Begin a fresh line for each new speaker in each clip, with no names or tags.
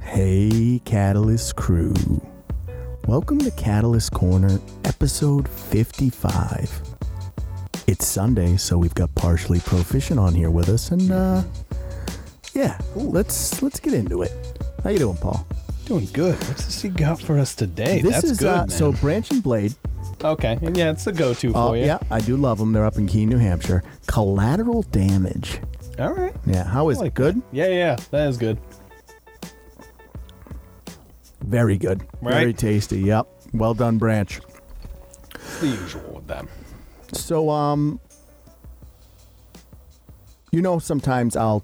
Hey, Catalyst crew. Welcome to Catalyst Corner, episode 55. It's Sunday, so we've got partially proficient on here with us, and uh, yeah, let's let's get into it. How you doing, Paul?
Doing good. What's this he got for us today?
this
That's
is
good.
uh,
man.
so Branch and Blade.
okay, and yeah, it's the go-to
Uh,
for you.
Yeah, I do love them. They're up in Keene, New Hampshire. Collateral damage.
All right.
Yeah, how is
I like
it? Good.
Yeah, yeah, that is good.
Very good. Very
Right?
tasty. Yep. Well done, Branch.
It's the usual with them.
So, um, you know, sometimes I'll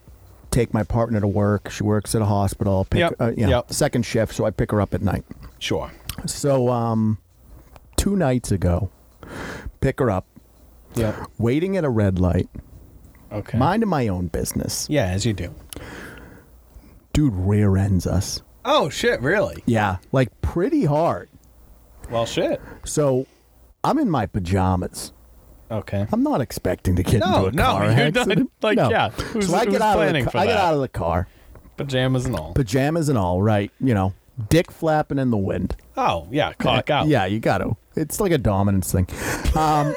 take my partner to work. She works at a hospital. I'll Pick,
Yep,
uh, you know,
yep.
second shift, so I pick her up at night.
Sure.
So, um, two nights ago, pick her up,
Yeah.
waiting at a red light,
Okay.
minding my own business.
yeah, as you do.
Dude rear ends us.
Oh shit! Really?
Yeah, like pretty hard.
Well, shit.
So, I'm in my pajamas.
Okay.
I'm not expecting to get
No,
into a
no,
car
you're not-
accident.
like,
no.
yeah, who's-
so I
who's
get out of the,
planning
ca-
for
I get
that?
out of the car.
Pajamas and all.
pajamas and all, right? You know, dick flapping in the wind. Uh,
oh yeah, clock out.
Yeah, you got to. It's like a dominance thing. Um,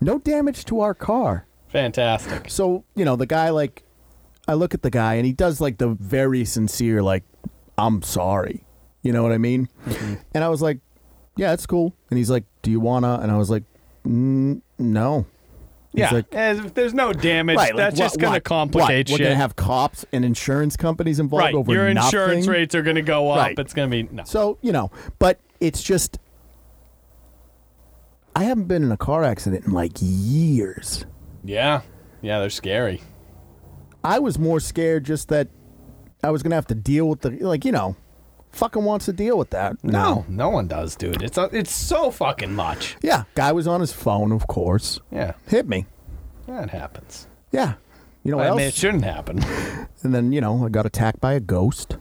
no damage to our car.
Fantastic.
So, you know, the guy, like, I look at the guy and he does, like, the very sincere, like, I'm sorry. You know what I mean?
Mm-hmm.
And I was like, yeah, it's cool. And he's like, do you want to? And I was like, mm, no. He's
Yeah.
like-
as if there's no damage,
Right, like,
that's just
what-
gonna
what-
complicate
what?
shit.
We're going to have cops and insurance companies involved
right.
over
Your insurance
nothing?
rates are gonna go up.
Right.
It's gonna be no.
So, you know, but it's just I haven't been in a car accident in like years.
Yeah. Yeah, they're scary.
I was more scared just that I was going to have to deal with the like, you know, fucking wants to deal with that.
No, no one does, dude. It's uh, it's so fucking much.
Yeah, guy was on his phone, of course.
Yeah,
Hit me.
that happens.
Yeah. You know what
I
else?
mean, it shouldn't happen.
and then, you know, I got attacked by a ghost.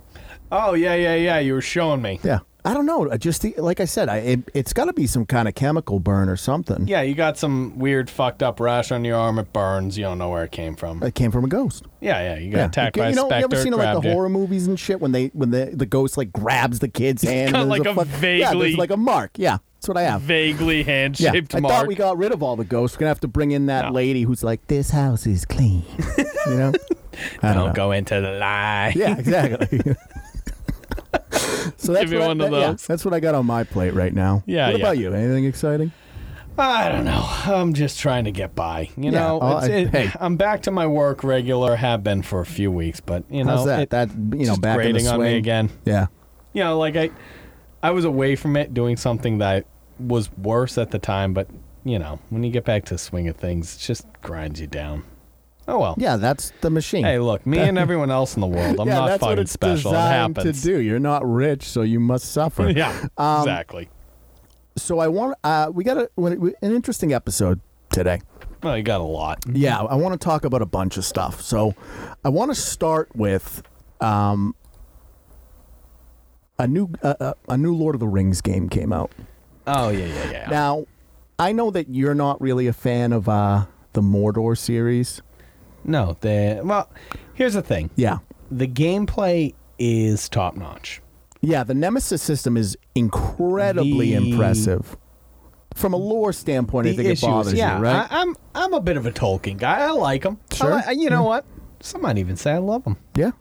Oh yeah, yeah, yeah. You were showing me.
Yeah. I don't know. I just like I said, I it, it's got to be some kind of chemical burn or something.
Yeah, you got some weird fucked up rash on your arm. It burns. You don't know where it came from.
It came from a ghost.
Yeah, yeah. You got
Yeah.
attacked
you,
by a
you know,
specter.
You ever seen like the
grabbed you.
horror movies and shit when they when the the ghost like grabs the kid's hand?
got,
and there's
like, a
yeah,
vaguely-
there's like a mark. Yeah, that's what I have.
Vaguely
Yeah,
hand-shaped
I
mark.
thought we got rid of all the ghosts. We're gonna have to bring in that
No.
lady who's like, "This house is clean," you know. I
don't
know.
go into the lie.
Yeah, exactly. so that's
Give me
what I-
one of
that- yeah,
those.
that's what I got on my plate right now.
Yeah,
What
yeah.
about you? Anything exciting?
I don't know. I'm just trying to get by. You know,
oh,
it's, it,
I- hey.
I'm back to my work regular. Have been for a few weeks, but you know,
How's that?
it-
that you know,
just
back in the
grating
swing
on me again.
Yeah.
you know, like I, I was away from it doing something that was worse at the time, but you know, when you get back to the swing of things, it just grinds you down. Oh well.
Yeah, that's the machine.
Hey, look, me and everyone else in the world, I'm
yeah,
not
that's
fucking
what it's
special. It
designed
happens.
to do. Um, You're not rich, so you must suffer.
Yeah, exactly.
so I want uh, we got a, an interesting episode today.
Well, you got a lot.
Yeah, I want to talk about a bunch of stuff. So I want to start with um, a new uh, uh, a new Lord of the Rings game came out.
Oh yeah, yeah, yeah.
Now I know that you're not really a fan of uh, the Mordor series.
no, the well, here's the thing:
Yeah,
the gameplay is top notch.
yeah. The Nemesis system is incredibly
The-
impressive. From a lore standpoint, I
The
think
issues,
it bothers
yeah,
you, right?
I, I'm I'm a bit of a Tolkien guy. I like him.
Sure. Mm.
you know what? Some might even say I love him.
yeah,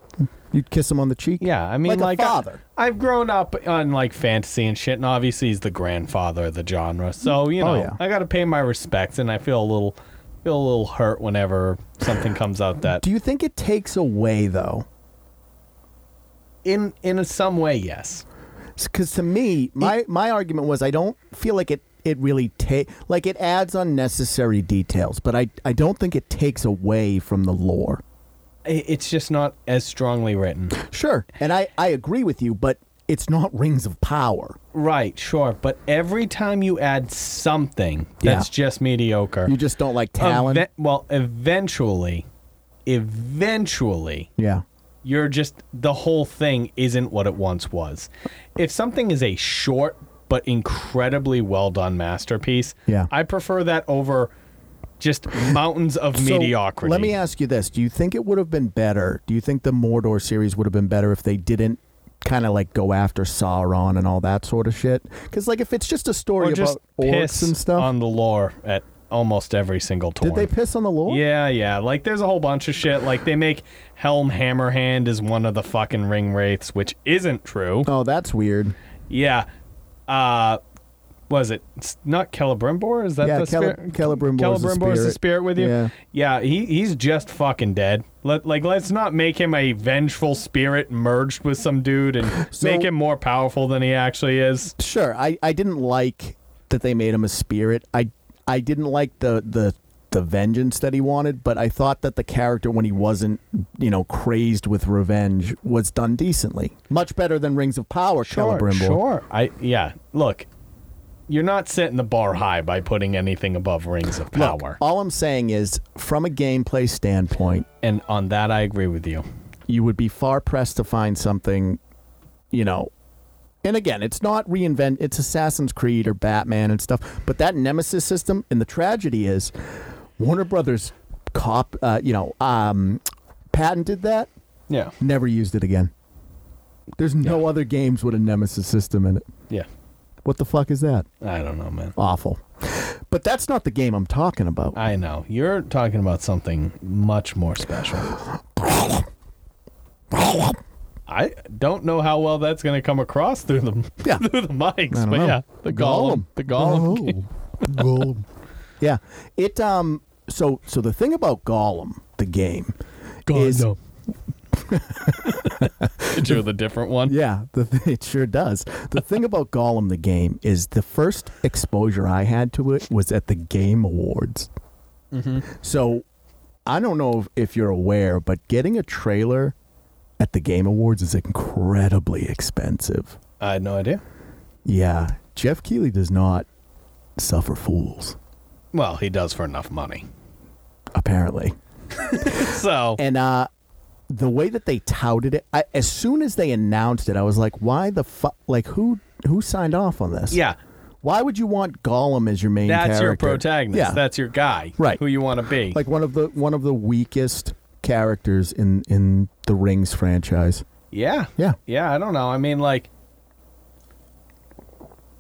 you'd kiss him on the cheek.
Yeah, I mean,
Like a
like, I-
father.
I've grown up on like fantasy and shit, and obviously he's the grandfather of the genre. So you
Oh,
know,
yeah.
I got to pay my respects, and I feel a little, feel a little hurt whenever something comes out that
Do you think it takes away though?
in in some way, yes.
Because to me, my my argument was I don't feel like it it really take like it adds unnecessary details, but I I don't think it takes away from the lore.
I- It's just not as strongly written,
Sure, and I I agree with you, but it's not Rings of Power.
right? Sure, but every time you add something
Yeah.
that's just mediocre,
You just don't like Talon.
ev- well, eventually, eventually,
yeah,
you're just the whole thing isn't what it once was. If something is a short but incredibly well done masterpiece,
Yeah.
I prefer that over Just mountains of
So,
mediocrity.
Let me ask you this: Do you think it would have been better? Do you think the Mordor series would have been better if they didn't kind of like go after Sauron and all that sort of shit? Because like if it's just a story
or just
about orcs
piss
and stuff,
on the lore at almost every single tour.
did they piss on the lore?
Yeah, yeah. Like there's a whole bunch of shit. Like they make Helm Hammerhand is one of the fucking ring wraiths, which isn't true.
Oh, that's weird.
Yeah. Uh was it it's not Celebrimbor? Is that
Yeah,
the
Cele-
spirit?
Celebrimbor's the
Celebrimbor's
spirit.
with you.
Yeah.
yeah, he he's just fucking dead. Let like let's not make him a vengeful spirit merged with some dude and
So-
make him more powerful than he actually is.
Sure, I, I didn't like that they made him a spirit. I I didn't like the the the vengeance that he wanted, but I thought that the character when he wasn't, you know, crazed with revenge was done decently. Much better than Rings of Power,
Sure,
Celebrimbor.
sure. I yeah. Look, you're not setting the bar high by putting anything above Rings of
Look,
Power.
all I'm saying is, from a gameplay standpoint,
and on that, I agree with you.
you would be far pressed to find something, you know. And again, it's not reinvent. It's Assassin's Creed or Batman and stuff. But that Nemesis system, and the tragedy is, Warner Brothers cop, uh, you know, um, patented that,
Yeah,
never used it again. There's no other games with a Nemesis system in it.
yeah.
What the fuck is that?
I don't know, man.
Awful. But that's not the game I'm talking about.
I know you're talking about something much more special. I don't know how well that's going to come across through the
Yeah.
through the mics,
I don't
but
know.
yeah, the golem, the golem.
Golem. Golem. Yeah. It um so so the thing about Gollum, the game. is-
Did you hear the different one?
Yeah, the, th- it sure does. The thing about Gollum the game is the first exposure I had to it was at the Game Awards.
Mm-hmm.
So I don't know if, if you're aware, but getting a trailer at the Game Awards is incredibly expensive.
I had no idea.
Yeah, Jeff Keighley does not suffer fools,
Well, he does for enough money,
apparently.
so
And uh, the way that they touted it, I, as soon as they announced it, I was like, "Why the fuck? Like, who who signed off on this?
yeah.
Why would you want Gollum as your main?
That's your
character?
protagonist.
Yeah,
That's your guy.
Right.
Who you want to be.
like one of the one of the weakest characters in in the Rings franchise.
yeah.
Yeah,
Yeah, I don't know. I mean, like,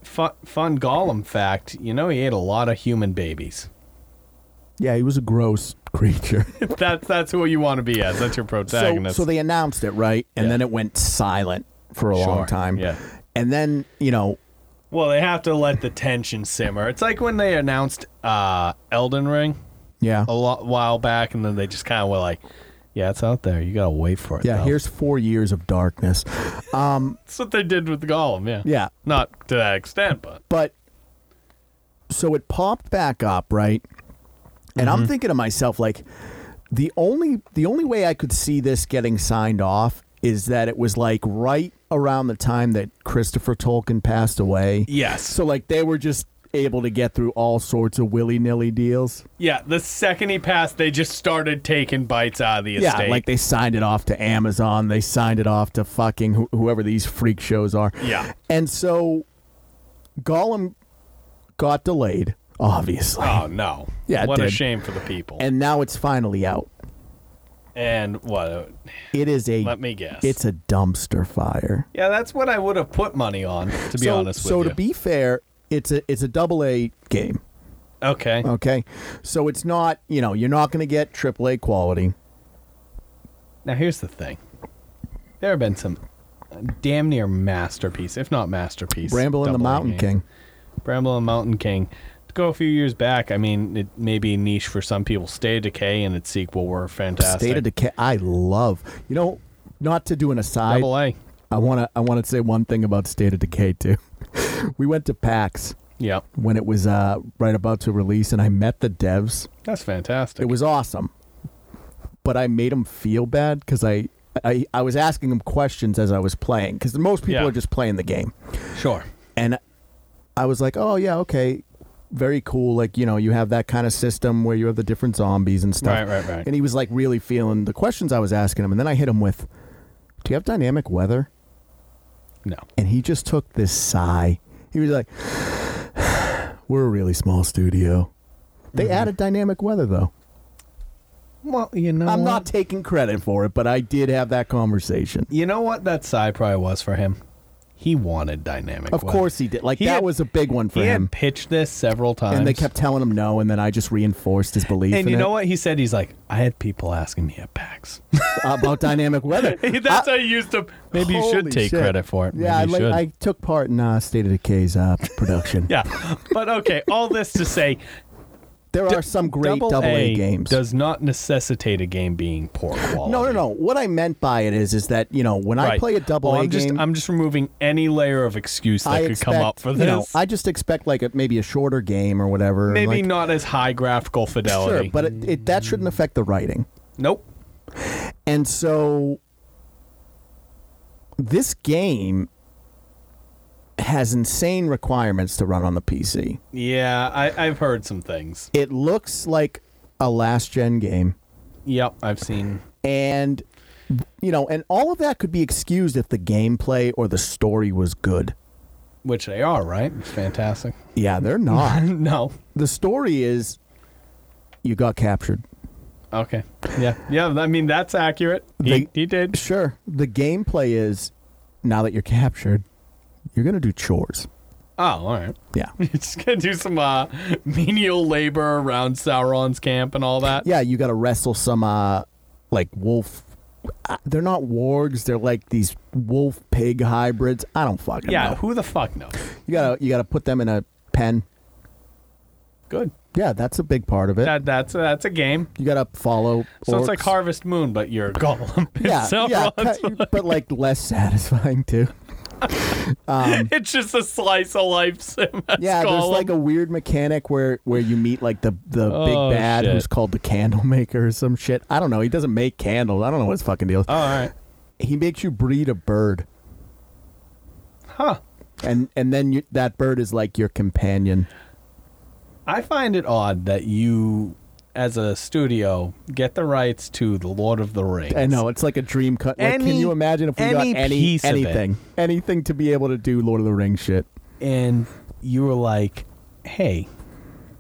fun, fun Gollum fact, you know, he ate a lot of human babies.
yeah, he was a gross creature.
that's that's who you want to be as. That's your
so,
protagonist.
so they announced it right, and
Yeah.
then it went silent for a
Sure,
long time.
yeah.
and then you know,
well, they have to let the tension simmer. It's like when they announced uh, Elden Ring
yeah,
a lot while back, and then they just kind of were like, "Yeah, it's out there. You gotta wait for it."
yeah.
though."
Here's four years of darkness.
that's what they did with Gollum. Yeah.
Yeah,
Not to that extent, but
But so it popped back up, right? And I'm thinking to myself, like, the only the only way I could see this getting signed off is that it was like right around the time that Christopher Tolkien passed away.
yes.
So like they were just able to get through all sorts of willy nilly deals.
yeah, the second he passed, they just started taking bites out of the
Yeah,
estate.
like they signed it off to Amazon. They signed it off to fucking wh- whoever these freak shows are.
Yeah.
And so Gollum got delayed, obviously.
Oh no!
Yeah, it
what a
did.
shame for the people. And,
and now it's finally out.
what?
It is a
Let me guess.
it's a dumpster fire.
yeah, that's what I would have put money on. To be
so,
honest with
so
you.
to be fair, it's a it's a double A game.
okay.
Okay, so it's not you know you're not going to get triple A quality.
Now here's the thing. There have been some damn near masterpiece, if not masterpiece.
Bramble and the
double A
Mountain
game.
King.
Bramble and Mountain King. To go a few years back, I mean, it may be niche for some people. State of Decay and its sequel were fantastic.
State of Decay. I love. You know, not to do an aside.
Double A.
I want to I want to say one thing about State of Decay too. we went to PAX
Yep,
when it was uh, right about to release, and I met the devs.
that's fantastic.
It was awesome. But I made him feel bad because I, I I was asking him questions as I was playing because most people
Yeah.
are just playing the game,
sure.
and I was like, oh yeah, okay, very cool. Like you know, you have that kind of system where you have the different zombies and stuff.
Right, right, right.
And he was like really feeling the questions I was asking him, and then I hit him with, "Do you have dynamic weather?"
No.
And he just took this sigh. He was like, "We're a really small studio." They
Mm-hmm.
added dynamic weather though.
Well, you know,
I'm
what?
not taking credit for it, but I did have that conversation.
You know what that sigh probably was for him. He wanted dynamic.
Of
weather.
course he did. Like
He
that
had-
was a big one for
he
him.
had pitched this several times,
And they kept telling him no, and then I just reinforced his belief.
And
in
you
it
know what he said? He's like, I had people asking me at PAX.
about dynamic weather.
That's how you used to. Maybe you should
Holy
take
shit.
credit for it.
Yeah, I,
Maybe you
like, I
should.
took part in uh, State of Decay's uh, production.
yeah, but okay. All this to say,
There are some great double, A, games.
does not necessitate a game being poor quality.
no, no, no. What I meant by it is, is that you know when I
Right.
play a double
Oh,
A
I'm
game,
just I'm just removing any layer of excuse that
I
could
expect
come up for this.
you know I just expect like a, maybe a shorter game or whatever.
Maybe
like,
not as high graphical fidelity.
Sure,
Mm.
but it, it, that shouldn't affect the writing.
nope.
And so this game has insane requirements to run on the PC.
Yeah, I, I've heard some things.
It looks like a last gen game.
Yep, I've seen.
And you know, and all of that could be excused if the gameplay or the story was good.
Which they are, right? It's fantastic.
Yeah, they're not.
no.
the story is you got captured.
Okay. Yeah. Yeah. I mean, that's accurate. He,
They-
he did.
Sure. The gameplay is now that you're captured, you're going to do chores.
Oh, all right.
Yeah.
You're just gonna do some uh, menial labor around Sauron's camp and all that.
Yeah, you got to wrestle some uh like wolf uh, they're not wargs, they're like these wolf pig hybrids. I don't fucking
Yeah.
know.
Who the fuck knows?
You got to you got to put them in a pen.
Good.
Yeah, that's a big part of it.
That that's that's a game.
you got to follow
So it's like
orcs.
Harvest Moon, but you're a golem. It's
yeah, yeah,
Sauron's-
ki- but like less satisfying too.
It's just a slice of life sim. as
Yeah, there's
golem.
like a weird mechanic where where you meet like the the
Oh,
big bad
shit.
who's called the candle maker or some shit. I don't know. He doesn't make candles. I don't know what his fucking deal. is.
all right.
he makes you breed a bird.
Huh.
and and then you, that bird is like your companion.
I find it odd that you, as a studio, get the rights to the Lord of the Rings.
I know it's like a dream cut. Like, can
Any-
you imagine if we got
any
any
piece of it.
anything, anything to be able to do Lord of the Rings shit?
and you were like, "Hey,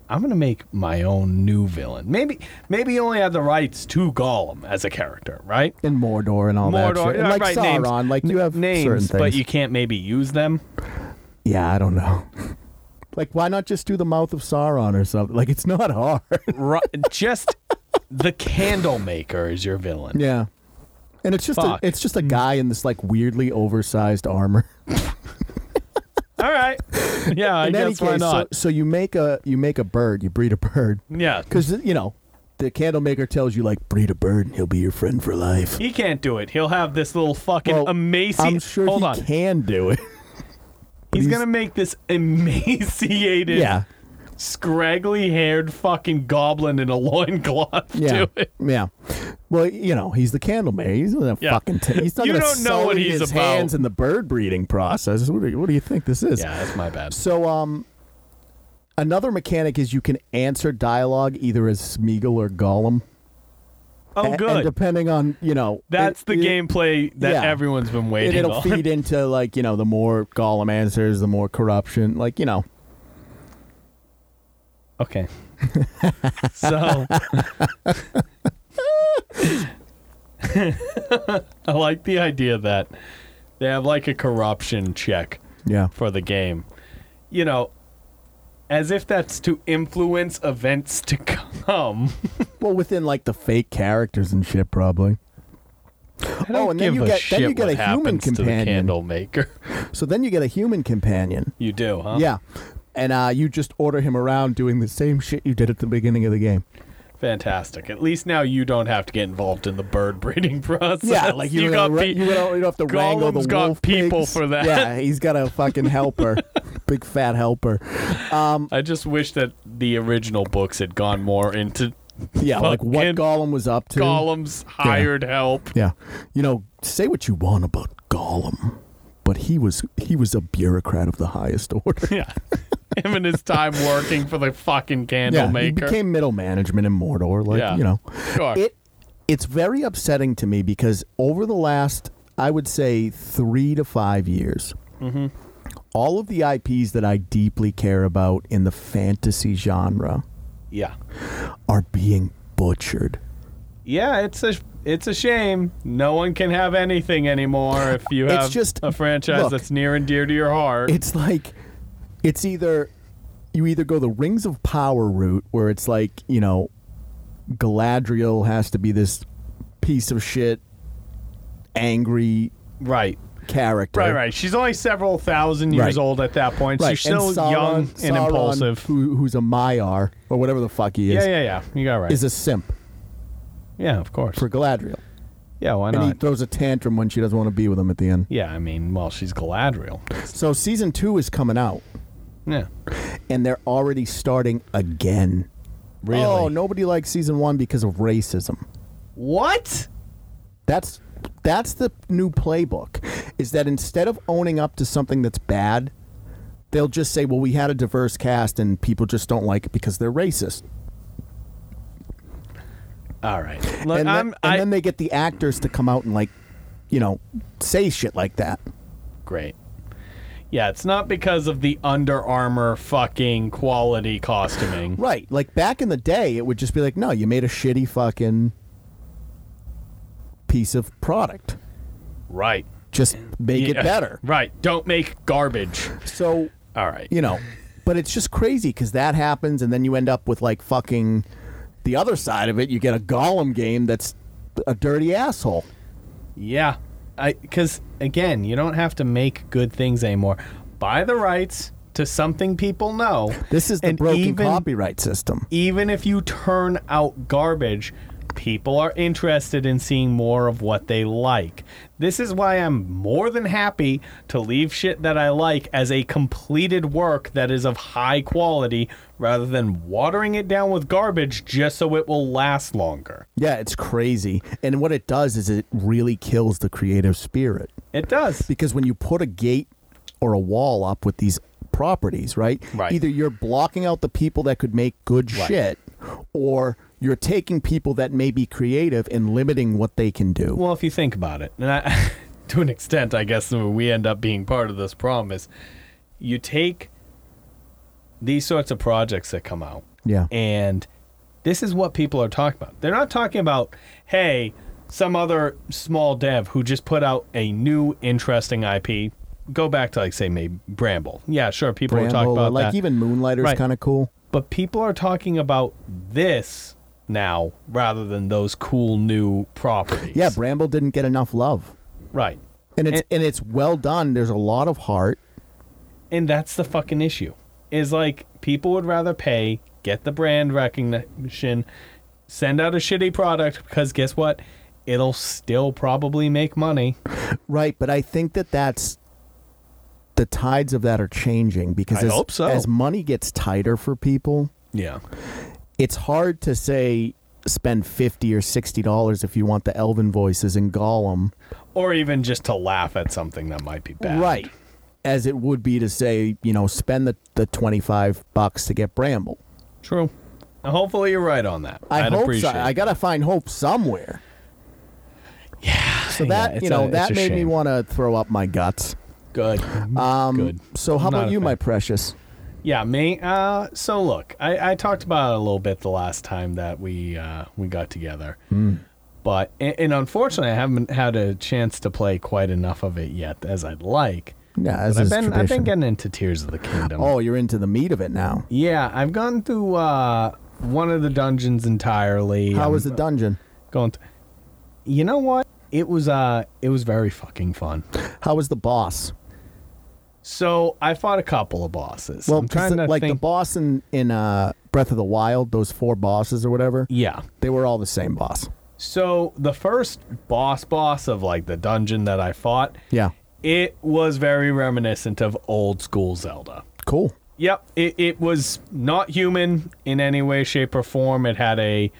I'm gonna make my own new villain. Maybe, maybe you only have the rights to Gollum as a character, right?
And Mordor and all that shit,
Mordor,
and
yeah,
Oh, like
right, names-
Sauron, like you have
names,
certain things.
but you can't maybe use them.
yeah, I don't know. like, why not just do the mouth of Sauron or something? Like, it's not hard.
Ru- Just the candle maker is your villain.
yeah, and it's just a,
Fuck. Mm.
it's just a guy in this like weirdly oversized armor.
All right, yeah, I
in any
guess
case,
why
so-
not?
so you make a you make a bird, you breed a bird.
yeah,
Because you know, the candle maker tells you like breed a bird and he'll be your friend for life.
he can't do it. He'll have this little fucking
Well,
emaciated.
I'm sure
Hold
he
on,
can do it.
he's
he's-
gonna make this emaciated,
yeah,
scraggly-haired fucking goblin in a loincloth
yeah,
do it.
yeah. Well, you know, he's the candle maker. He's not gonna
Yeah.
fucking. T- he's not
You
gonna
don't know what
sully
he's
his
about.
hands in the bird breeding process. What do you, what do you think this is?
Yeah, that's my bad.
So, um, another mechanic is you can answer dialogue either as Smeagol or Gollum. A-
Oh,
and
good.
depending on you know,
That's
it-
the
it-
gameplay that
yeah.
everyone's been
And
waiting
it'll
on.
feed into like you know the more Gollum answers, the more corruption. Like you know,
Okay. so. I like the idea that they have like a corruption check
yeah,
for the game. You know, as if that's to influence events to come.
Well, within like the fake characters and shit, probably. Oh, and then
Give
you
a
get
shit
then you get
what
a human
happens to the
companion.
candle maker.
So then you get a human companion.
You do, huh?
Yeah, and uh, you just order him around doing the same shit you did at the beginning of the game.
Fantastic. At least now you don't have to get involved in the bird breeding process.
Yeah, like you,
you
gotta
got
ra-
pe-
you, gotta, you don't have to wrangle the
Gollum's got
wolf
people
pigs.
for that.
Yeah, he's got a fucking helper, big fat helper.
I just wish that the original books had gone more into
Yeah, like what
Fucking
Gollum was up to.
Gollum's hired help.
Yeah, you know, say what you want about Gollum, but he was he was a bureaucrat of the highest order.
Yeah. Him and his time working for the fucking candle
yeah, he
maker.
became middle management in Mordor. Like
Yeah.
you know,
Sure.
it it's very upsetting to me because over the last I would say three to five years,
Mm-hmm.
all of the IPs that I deeply care about in the fantasy genre
Yeah.
are being butchered.
Yeah, it's a it's a shame. No one can have anything anymore if you
It's
have
just-
a franchise
look.
that's near and dear to your heart.
It's like it's either you either go the Rings of Power route where it's like, you know, Galadriel has to be this piece of shit angry
right.
character.
Right, right. She's only several thousand
Right.
years old at that point.
Right.
She's still
and Sauron,
young and
Sauron,
impulsive.
Who, who's a Maiar or whatever the fuck he is,
yeah, yeah, yeah. You got it right.
is a simp
yeah, of course.
for Galadriel.
yeah, why
And he
not?
throws a tantrum when she doesn't want to be with him at the end.
yeah, I mean, well, she's Galadriel.
So season two is coming out,
Yeah.
and they're already starting again.
Really?
Oh, nobody likes season one because of racism.
What?
That's that's the new playbook. Is that instead of owning up to something that's bad, they'll just say, "Well, we had a diverse cast, and people just don't like it because they're racist."
All right. Look,
and then,
I'm,
and
I,
then they get the actors to come out and like, you know, say shit like that.
Great. Yeah, it's not because of the Under Armour fucking quality costuming.
Right. Like back in the day, it would just be like, no, you made a shitty fucking piece of product.
Right.
Just make
Yeah.
it better.
Right. Don't make garbage.
So,
All right.
you know, but it's just crazy because that happens and then you end up with like fucking the other side of it. You get a Gollum game that's a dirty asshole.
Yeah. I cuz again, you don't have to make good things anymore. Buy the rights to something people know.
This is the
And
broken
even-
copyright system.
Even if you turn out garbage, people are interested in seeing more of what they like. This is why I'm more than happy to leave shit that I like as a completed work that is of high quality rather than watering it down with garbage just so it will last longer.
Yeah, it's crazy. And what it does is it really kills the creative spirit.
It does.
because when you put a gate or a wall up with these properties, right?
Right.
Either you're blocking out the people that could make good
Right.
shit or you're taking people that may be creative and limiting what they can do.
Well, if you think about it, and I, to an extent, I guess we end up being part of this problem is you take these sorts of projects that come out,
yeah.
and this is what people are talking about. They're not talking about, hey, some other small dev who just put out a new interesting IP. Go back to like say maybe Bramble. Yeah, sure, people are talking
Bramble,
about
like
that.
even Moonlighter's
Right.
kind of cool.
but people are talking about this now rather than those cool new properties.
Yeah, Bramble didn't get enough love.
right.
And it's and it's well done. There's a lot of heart.
And that's the fucking issue. Is like people would rather pay, get the brand recognition, send out a shitty product because guess what? It'll still probably make money.
Right, but I think that that's the tides of that are changing because
I
as,
hope so.
as money gets tighter for people,
Yeah.
it's hard to say spend 50 or 60 dollars if you want the elven voices in gollum
Or even just to laugh at something that might be bad.
right as it would be to say you know spend the, the 25 bucks to get bramble
True. Now, hopefully you're right on that.
i
I'd
hope so.
appreciate
i gotta find hope somewhere
Yeah.
so that you know that made me want to throw up my guts
Good.
um
Good.
so how
I'm not
about
a
you my
fan.
precious
Yeah, me. Uh, so look, I, I talked about it a little bit the last time that we uh, we got together,
Hmm.
but and, and unfortunately, I haven't had a chance to play quite enough of it yet as I'd like.
yeah as
But I've
is
been I've
tradition.
been getting into Tears of the Kingdom.
oh you're into the meat of it now
yeah, I've gone through uh, one of the dungeons entirely.
how
I'm
was the dungeon
going? th- you know what? It was uh, it was very fucking fun.
how was the boss
So I fought a couple of bosses.
well
I'm
'cause
trying
the-
to
like
think.
the boss in in uh breath of the wild those four bosses or whatever
yeah.
They were all the same boss.
So the first boss boss of like the dungeon that I fought,
Yeah.
it was very reminiscent of old school Zelda.
Cool.
Yep, it, it was not human in any way, shape, or form. It had a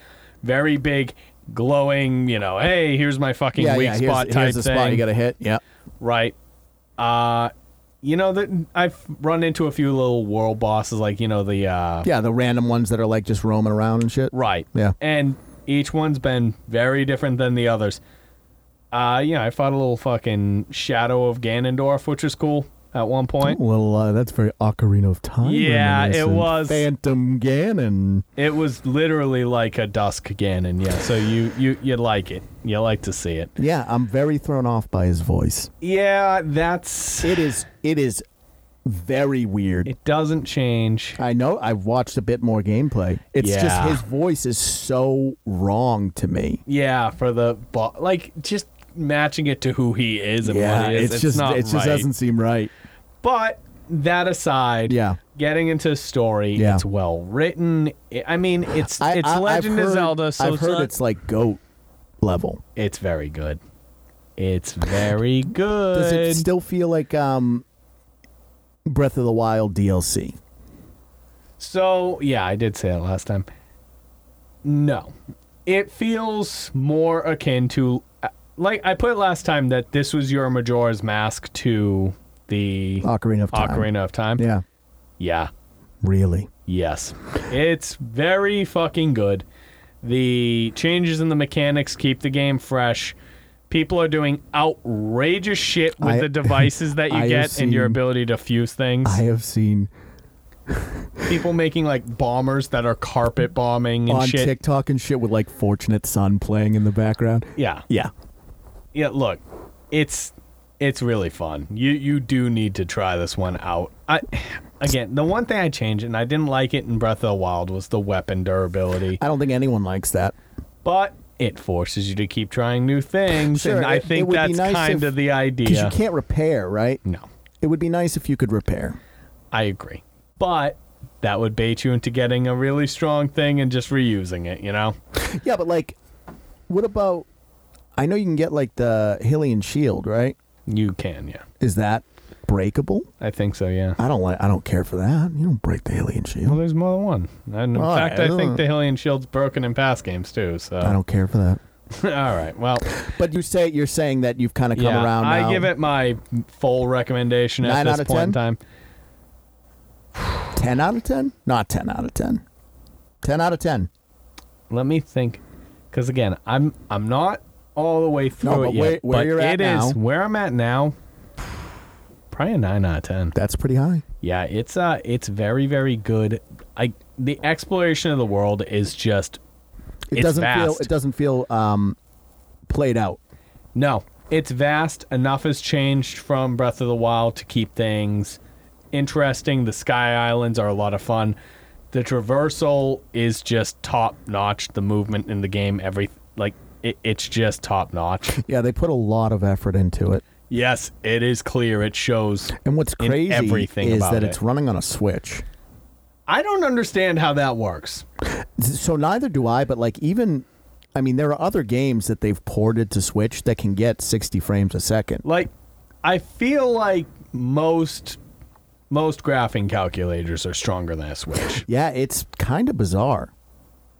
very big glowing, you know, hey, here's my fucking
yeah,
weak
yeah. Here's,
spot
here's
type
the
thing.
spot you got to hit. Yeah.
Right. Uh you know that I've run into a few little world bosses like, you know, the uh
Yeah, the random ones that are like just roaming around and shit.
Right.
Yeah.
And each one's been very different than the others. Uh, you know, I fought a little fucking Shadow of Ganondorf, which was cool. at one point.
Well, uh, that's very Ocarina of Time.
Yeah, it
reminiscent.
was.
Phantom Ganon.
It was literally like a Dusk Ganon, yeah. So you you you like it. You like to see it.
Yeah, I'm very thrown off by his voice.
Yeah, that's
It is. It is very weird.
it doesn't change.
I know. I've watched a bit more gameplay. It's just
Yeah.
his voice is so wrong to me.
Yeah, for the bo- like just matching it to who he is and
Yeah,
what he is.
it's, just
not
it just
right.
doesn't seem right.
But that aside,
Yeah.
getting into story,
Yeah.
it's well written. I- I mean, it's
I,
it's
I,
Legend
I've
of
heard-
Zelda, so
I've
it's,
heard
not-
it's like goat level.
it's very good. It's very good.
Does it still feel like um, Breath of the Wild DLC?
So, yeah, I did say it last time. No. It feels more akin to uh, like I put last time that this was your Majora's Mask to the
Ocarina of Time.
Ocarina of Time.
Yeah.
Yeah.
Really?
Yes. It's very fucking good. The changes in the mechanics keep the game fresh. People are doing outrageous shit with
I-
the devices that you
I have
get and your
seen-
ability to fuse things.
I have seen
People making like bombers that are carpet bombing and
on
shit.
TikTok and shit with like Fortunate Son playing in the background.
Yeah.
Yeah.
Yeah, look. It's it's really fun. You you do need to try this one out. I again, the one thing I changed and I didn't like it in Breath of the Wild was the weapon durability.
I don't think anyone likes that.
but it forces you to keep trying new things
Sure,
and i
it- it
think
would be
that's
nice
kind
if-
of the
Because
idea
you can't repair, right?
no
It would be nice if you could repair.
i agree but that would bait you into getting a really strong thing and just reusing it you know
Yeah, but like, what about? I know you can get like the Hylian shield, right?
you can yeah
Is that breakable?
i think so yeah
I don't like. I don't care for that. You don't break the Hylian
well
shield.
there's more than one and in
All right,
fact i
I
think
don't-
the hillian shield's broken in past games too so
I don't care for that.
all right well
But you say you're saying that you've kind of come
yeah,
around.
i
now.
give it my full recommendation at
Nine
this
out of 10?
point in time
ten out of ten. Not ten out of ten. Ten out of ten.
let me think because again i'm i'm not all the way through
No, but
it yet
where- where
but
you're at
it is-
now-
where i'm at now probably a 9 out of 10
That's pretty high.
yeah it's uh it's very very good i the exploration of the world is just
It
It's
doesn't feel.
vast.
It doesn't feel um, played out.
no it's vast enough has changed from breath of the wild to keep things interesting the sky islands are a lot of fun the traversal is just top notch the movement in the game every like it, it's just top notch
Yeah, they put a lot of effort into it.
Yes, it is clear. It shows.
And what's
in
crazy
everything
is
about
that
it.
it's running on a Switch.
I don't understand how that works.
So neither do I, but like even I mean there are other games that they've ported to Switch that can get 60 frames a second.
Like, I feel like most most graphing calculators are stronger than a Switch.
Yeah, it's kind of bizarre.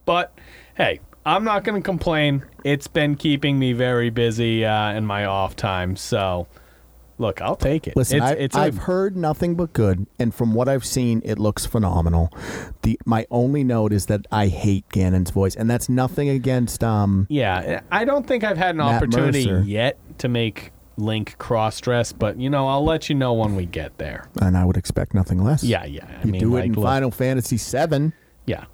But hey, I'm not going to complain. It's been keeping me very busy uh, in my off time. So, look, I'll take it.
Listen,
it's,
I,
it's a-
I've heard nothing but good, and from what I've seen, it looks phenomenal. The my only note is that I hate Ganon's voice, and that's nothing against um.
yeah. eh, I don't think I've had an
Matt
opportunity
Mercer.
yet to make Link cross dress, but you know, I'll let you know when we get there.
And I would expect nothing less.
Yeah, yeah. I
you
mean,
do it
like,
in
look,
Final Fantasy VII.
Yeah.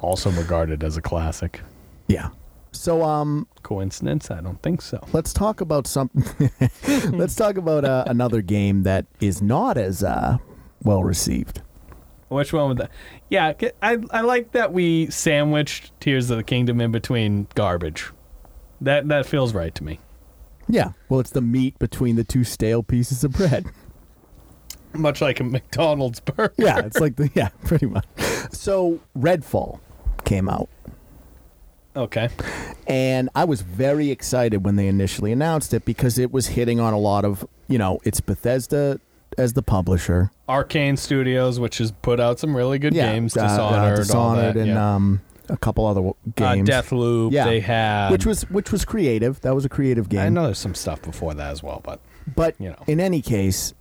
Also regarded as a classic.
Yeah. So um,
Coincidence? I don't think so.
let's talk about something. let's talk about uh, another game that is not as uh, well received.
Which one would that? Yeah, c- I, I like that we sandwiched Tears of the Kingdom in between garbage. That that feels right to me.
Yeah. Well, it's the meat between the two stale pieces of bread.
Much like a McDonald's burger.
Yeah, it's like the yeah, pretty much. So Redfall came out,
Okay.
and I was very excited when they initially announced it because it was hitting on a lot of you know it's Bethesda as the publisher.
Arcane Studios, which has put out some really good
yeah,
games,
uh, uh,
Dishonored, all
Dishonored,
that.
and
yeah.
um, a couple other w- games.
Uh, Deathloop,
Yeah.
they had.
which was which was creative. That was a creative game.
I know there's some stuff before that as well, but
But
You know.
in any case,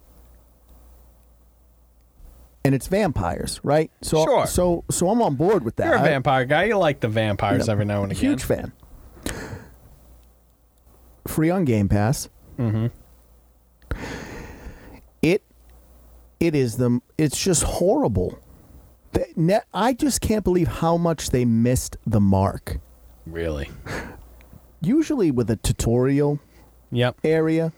and it's vampires, right? So
Sure.
so so I'm on board with that.
you're a
I-
vampire guy. You like the
you
vampires
know,
every now and again.
Huge fan. Free on Game Pass. Mm-hmm. It is the. It's just horrible. They- ne- I just can't believe how much they missed the mark.
Really?
Usually with a tutorial
Yep.
area,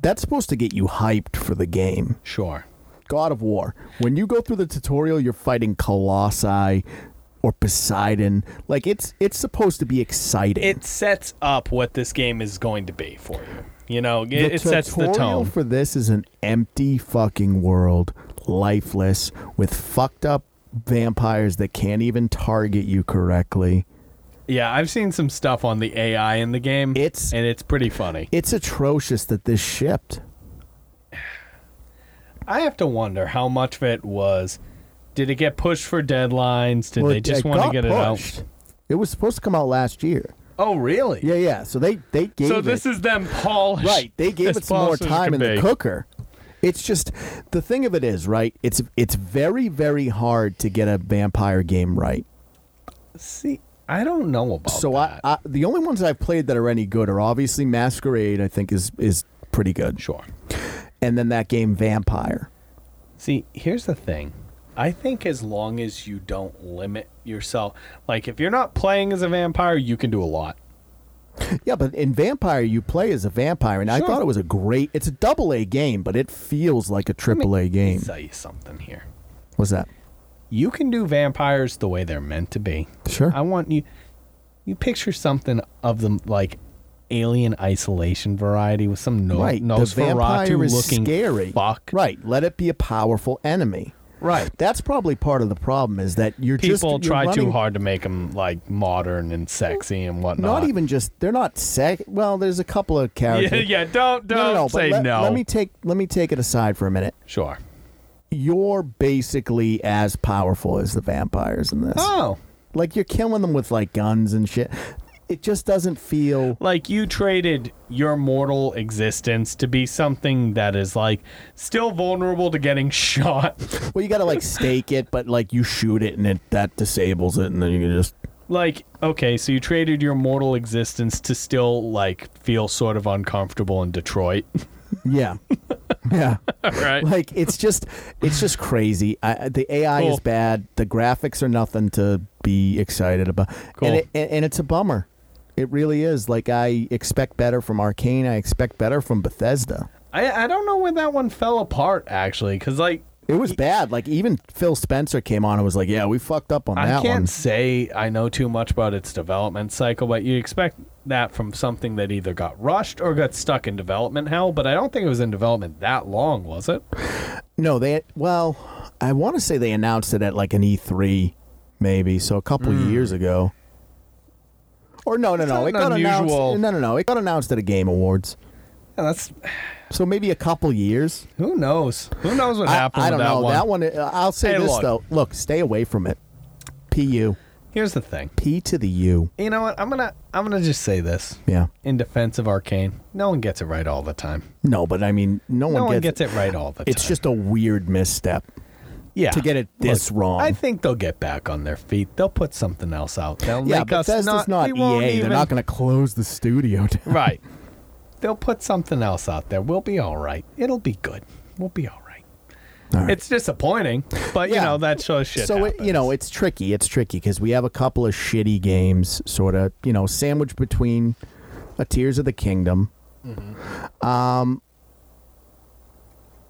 that's supposed to get you hyped for the game.
Sure.
God of War. When you go through the tutorial, you're fighting Colossi or Poseidon. Like it's it's supposed to be exciting.
It sets up what this game is going to be for you. You know, it,
the
it sets the
tutorial
tone.
for this is an empty fucking world, lifeless, with fucked up vampires that can't even target you correctly.
Yeah, I've seen some stuff on the AI in the game.
It's-
and it's pretty funny.
It's atrocious that this shipped.
I have to wonder how much of it was. Did it get pushed for deadlines? Did
Well,
they
it-
just
it
want to
got
get
pushed.
it out?
It was supposed to come out last year.
Oh, really?
Yeah, yeah. So they they gave
So
it.
this is them polish.
Right. They gave
as
it some more
polished as
time in
could
the
be.
cooker. It's just the thing of it is, right? It's it's very very hard to get a vampire game right.
See, I don't know about
so I,
that.
I the only ones I've played that are any good are obviously Masquerade, I think is is pretty good.
sure.
And then that game Vampire.
See, here's the thing. I think as long as you don't limit yourself, like if you're not playing as a vampire, you can do a lot.
Yeah, but in Vampire you play as a vampire and I
Sure.
thought it was a great it's a double A game, but it feels like a triple A game.
Tell you something here.
What's that?
You can do vampires the way they're meant to be.
Sure.
I want you. You picture something of them like alien isolation variety with some no,
right. The vampire
Nosferatu
is
looking
scary.
fuck.
Right. Let it be a powerful enemy.
Right.
That's probably part of the problem is that you're just
People
you're
try too
running-
hard to make them like modern and sexy and whatnot.
Not even just they're not sex. Well, there's a couple of
Yeah,
characters.
yeah. Don't don't
No, no, no. but
say
let,
no.
let me take let me take it aside for a minute.
sure.
You're basically as powerful as the vampires in this.
Oh,
Like you're killing them with like guns and shit. It just doesn't feel
like you traded your mortal existence to be something that is like still vulnerable to getting shot.
well. You got to like stake it, but like you shoot it and it that disables it, and then you can just
like okay so you traded your mortal existence to still like feel sort of uncomfortable in detroit
yeah, yeah.
right
like it's just it's just crazy. I, I- the AI
Cool.
is bad. The graphics are nothing to be excited about.
Cool.
And, it, and and it's a bummer. It really is. Like I expect better from Arcane. I expect better from Bethesda.
I, I don't know where that one fell apart actually because like
It was bad. Like even Phil Spencer came on and was like, "Yeah, we fucked up on
i
that
can't
one."
say i know too much about its development cycle but you expect that from something that either got rushed or got stuck in development hell but i don't think it was in development that long was it
No, they well, I want to say they announced it at like an E3, maybe so a couple years ago. Or no, no, no.
Hmm. not
It got
unusual.
announced. No, no, no. It got announced at a Game Awards.
yeah, that's
So maybe a couple years.
who knows who knows what happened
I
with
don't know
that
that
one
one. uh, I'll say
Hey,
this
look.
though. Look, stay away from it. P U
here's the thing
P to the U.
you know what i'm gonna i'm gonna just say this
Yeah.
in defense of arcane no one gets it right all the time
No, but I mean, no,
no
one,
one
gets,
gets it right all the time.
It's just a weird misstep
yeah.
to get it this wrong.
I think they'll get back on their feet. They'll put something else out. They'll
yeah,
make us
Bethesda's
not,
not,
we won't
EA. They're
even-
not going to close the studio down.
right. They'll put something else out there. We'll be all right. It'll be good. We'll be all right.
All right.
It's disappointing, but you
Yeah.
know that shows shit.
so it, you know,
happens.
it's tricky. It's tricky because we have a couple of shitty games, sort of, you know, sandwiched between a Tears of the Kingdom.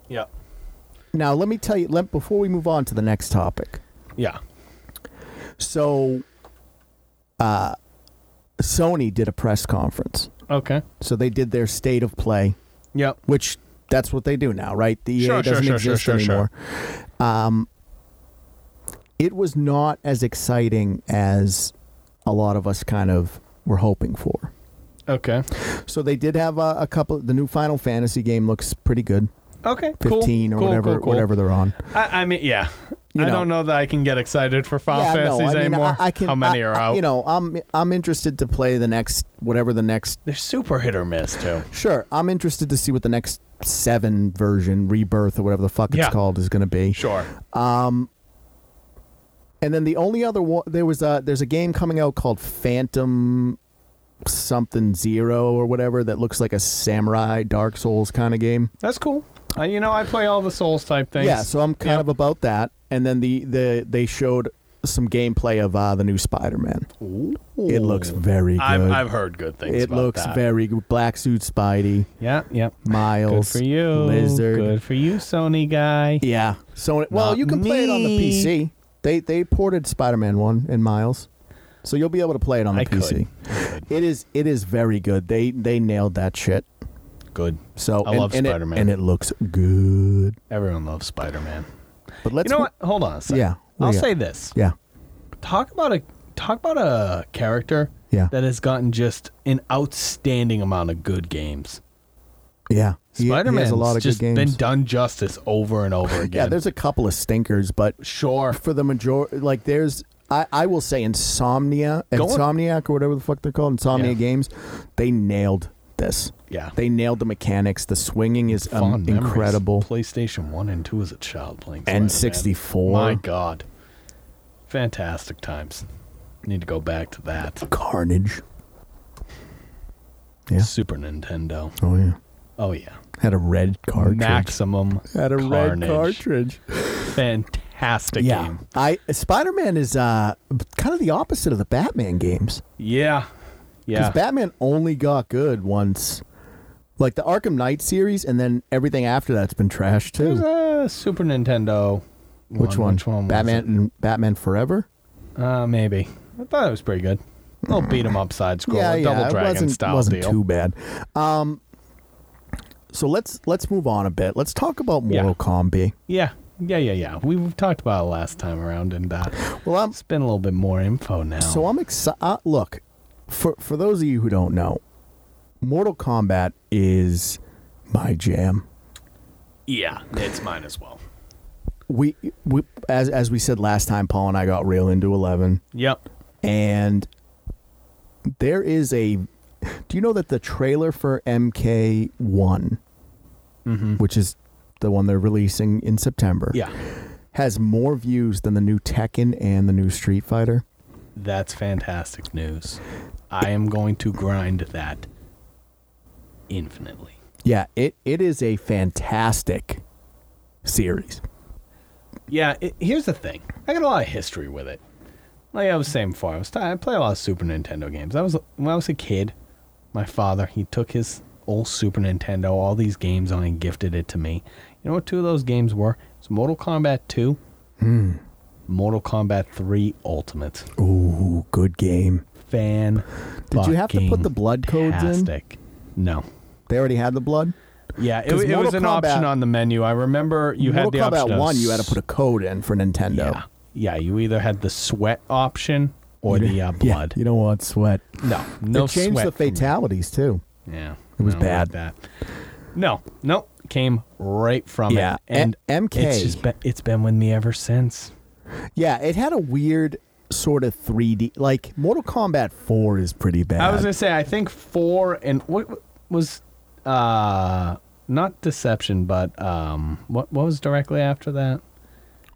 yeah,
Now, let me tell you, let, before we move on to the next topic.
yeah,
So, uh, Sony did a press conference.
okay,
So they did their state of play,
yep,
which that's what they do now, right? The EA
Sure, sure,
doesn't
sure, sure,
exist
sure, sure.
anymore. Um, it was not as exciting as a lot of us kind of were hoping for.
okay,
So they did have a, a couple. The new Final Fantasy game looks pretty good.
okay, cool,
Fifteen or
cool,
whatever,
cool, cool.
whatever they're on.
I, I mean, yeah,
You
I
know.
don't know that I can get excited for Final
yeah,
Fantasies
no, I mean,
anymore.
I, I can.
How many
I-
are
I-
out?
You know, I'm I'm interested to play the next whatever the next
They're super hit or miss too.
Sure, I'm interested to see what the next seven version, rebirth or whatever the fuck
Yeah.
it's called, is going to be.
Sure.
And then the only other one there was a there's a game coming out called Phantom something zero or whatever that looks like a samurai Dark Souls kind of game.
That's cool. Uh, you know, I play all the Souls type things.
Yeah, so I'm kind
Yep.
of about that. And then the, the they showed some gameplay of uh, the new Spider-Man. It looks very good.
I've, I've heard good things.
it
about
looks
that.
very good. Black suit Spidey,
Yeah, yeah. Good
Miles,
for you,
Lizard.
Good for you, Sony guy.
Yeah. So well,
Not
you can play it on the
me.
PC. They they ported Spider-Man 1 and Miles. So you'll be able to play it on the
I could.
PC. It is it is very good. They they nailed that shit.
Good.
So
I
and,
love
and it-
Spider-Man.
and it looks good.
Everyone loves Spider Man.
But let's
You know what? Hold on a second.
Yeah, what
I'll
do you
say this.
Yeah.
Talk about a talk about a character
Yeah.
that has gotten just an outstanding amount of good games.
Yeah. He- he has
Spider Man's
a lot of
just
good
been
games.
done justice over and over again.
yeah, there's a couple of stinkers, but
sure.
for the major like there's I, I will say insomnia
Go on.
insomniac or whatever the fuck they're called insomnia
Yeah.
games they nailed this
Yeah.
they nailed the mechanics the swinging is um,
Fond memories.
incredible
PlayStation 1 and 2 as a child playing
and
Spider-Man.
64
My God. Fantastic times. Need to go back to that.
carnage Yeah.
Super Nintendo.
oh yeah
Oh, yeah.
had a red cartridge
Maximum.
had a
carnage.
red cartridge
Fantastic
yeah
game.
i spider-man is uh kind of the opposite of the batman games
Yeah. Yeah.
Because Batman only got good once. Like the Arkham Knight series, and then everything after that's been trashed
There's
too.
a Super Nintendo.
Which one?
Which one? was
Batman and Batman Forever?
it? Uh, maybe. I thought it was pretty good. A little beat 'em up side scroll,
Mm. yeah,
double
yeah, it
dragon
wasn't,
style
wasn't
deal.
too bad. Um, so let's let's move on a bit. Let's talk about
Yeah.
Mortal Kombat.
Yeah. Yeah, yeah, yeah. We've talked about it last time around, and uh,
Well, I'm
it's been a little bit more info now.
so I'm excited. Uh, look, for for those of you who don't know, Mortal Kombat is my jam.
yeah, it's mine as well.
We, we as as we said last time, Paul and I got real into Eleven.
Yep.
and there is a do you know that the trailer for mk1
Mm-hmm.
which is the one they're releasing in september
Yeah,
has more views than the new tekken and the new street fighter
that's fantastic news. I am going to grind that infinitely.
yeah it, it is a fantastic series
Yeah, it, here's the thing. I got a lot of history with it. Like I was saying before, I was t- I play a lot of Super Nintendo games. I was when I was a kid, my father he took his old Super Nintendo, all these games on, and gifted it to me. You know what? Two of those games were it's Mortal Kombat Two, Mortal Kombat Three Ultimate.
ooh good game
Fan.
Did you have to put the blood codes in?
in? No.
they already had the blood
Yeah, it,
'Cause
it was
Mortal
an
Kombat-
option on the menu. I remember you had
Mortal
the
Kombat
option. of
1 you had to put a code in for nintendo
Yeah. Yeah, you either had the sweat option or the
Yeah,
uh, blood.
you don't want sweat
No, no
they changed
sweat
the
for me.
fatalities too
Yeah,
It was
I don't
bad.
like that. No, no, came right from
Yeah,
it. And
a- MK.
It's, just been, it's been with me ever since.
Yeah, it had a weird sort of 3D. Like Mortal Kombat 4 is pretty bad.
I was gonna say, I think four and what what was uh not deception, but um what what was directly after that?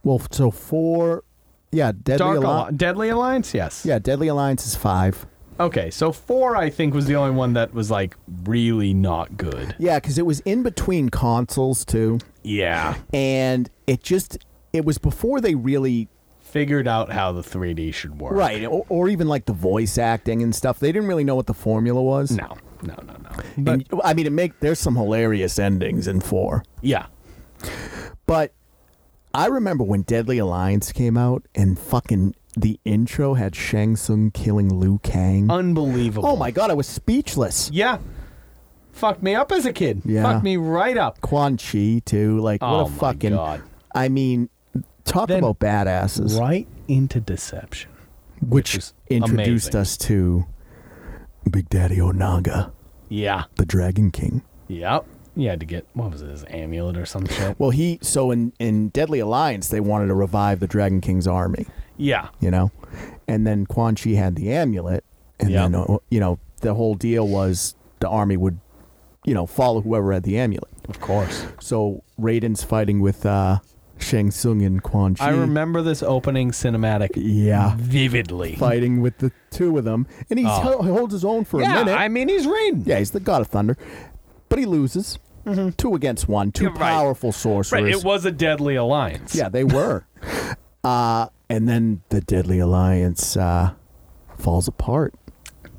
well, so 4 yeah, Deadly
Dark
Alliance.
Alli- Deadly Alliance, yes.
yeah, Deadly Alliance is 5.
Okay, so four I think was the only one that was like really not good.
Yeah, cuz it was in between consoles too
Yeah.
and it just it was before they really
Figured out how the 3D should work.
right or, or even like the voice acting and stuff. They didn't really know what the formula was.
No, no, no, no. But
And, I mean, it make there's some hilarious endings in 4.
yeah,
But I remember when Deadly Alliance came out and fucking the intro had Shang Tsung killing Liu Kang.
unbelievable.
oh my god, I was speechless.
Yeah. Fucked me up as a kid.
Yeah.
Fucked me right up.
Quan Chi too, like
Oh
what a
my
fucking
God.
I mean, talk
Then-
about badasses,
Right into deception.
which,
is
introduced
amazing.
us to Big Daddy Onaga,
Yeah.
the Dragon King.
Yep. You had to get what was it, his amulet or some shit.
Well, he so in in Deadly Alliance they wanted to revive the Dragon King's army.
Yeah.
you know and then quan chi had the amulet and
Yeah.
then uh, you know the whole deal was the army would you know follow whoever had the amulet
Of course.
so raiden's fighting with uh shang tsung and quan chi
I remember this opening cinematic
yeah
vividly.
fighting with the two of them and he's,
Oh.
he holds his own for a
yeah,
minute
I mean he's raiding.
yeah he's the god of thunder but he loses Two against one. 2
Yeah, Mm-hmm. right.
powerful sorcerers.
Right, it was a deadly alliance.
Yeah, they were. uh, and then the Deadly Alliance uh, falls apart.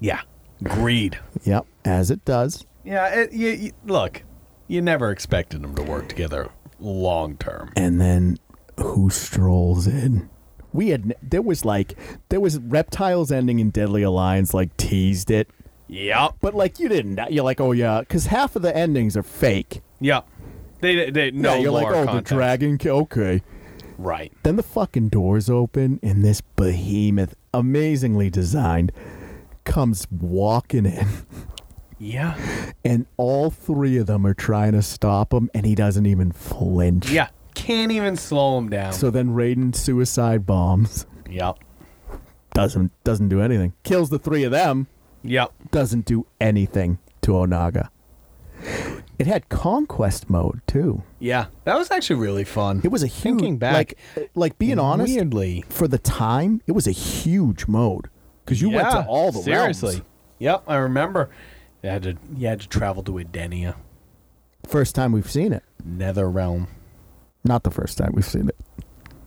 Yeah. Greed.
Yep, as it does.
Yeah, it, you, you, look, you never expected them to work together long term.
And then who strolls in? We had n- there was like there was reptiles ending in Deadly Alliance like teased it,
Yep.
but like you didn't. know- You're like, oh yeah, because half of the endings are fake.
Yep. They, they no
yeah, you're like,
lore
oh
content.
the dragon. ki- Okay,
Right.
Then the fucking doors open, and this behemoth, amazingly designed, comes walking in,
Yeah.
and all three of them are trying to stop him, and he doesn't even flinch.
Yeah. Can't even slow him down.
So then Raiden suicide bombs.
yep.
Doesn't doesn't do anything. Kills the three of them.
Yep.
Doesn't do anything to Onaga. It had conquest mode too.
Yeah. That was actually really fun.
It was a huge
Thinking back,
like like being honest
Weirdly.
for the time, it was a huge mode because you went to
Yeah,
all the
seriously.
realms.
Yep, I remember. You had to you had to travel to Adenia,
First time we've seen it.
Nether Realm.
Not the first time we've seen it.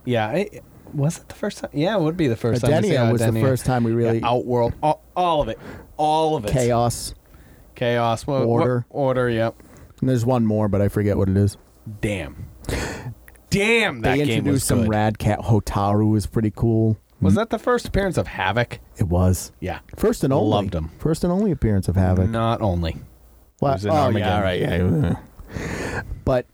Yeah, I, was it the first time? Yeah, it would be the first time. we see
Adenia was the
Adenia.
first time we really
yeah, Outworld, all, all of it, all of it.
chaos.
Chaos. What,
Order.
order. Yep.
And there's one more, but I forget what it is.
Damn. Damn. That
they
game was
introduced some
good.
rad cat. Hotaru was pretty cool.
was that the first appearance of Havoc?
It was
Yeah.
first and only
Loved 'em.
First and only appearance of Havoc.
Not only.
Wha-
it was in
oh
Armageddon.
yeah, all right, yeah. yeah. But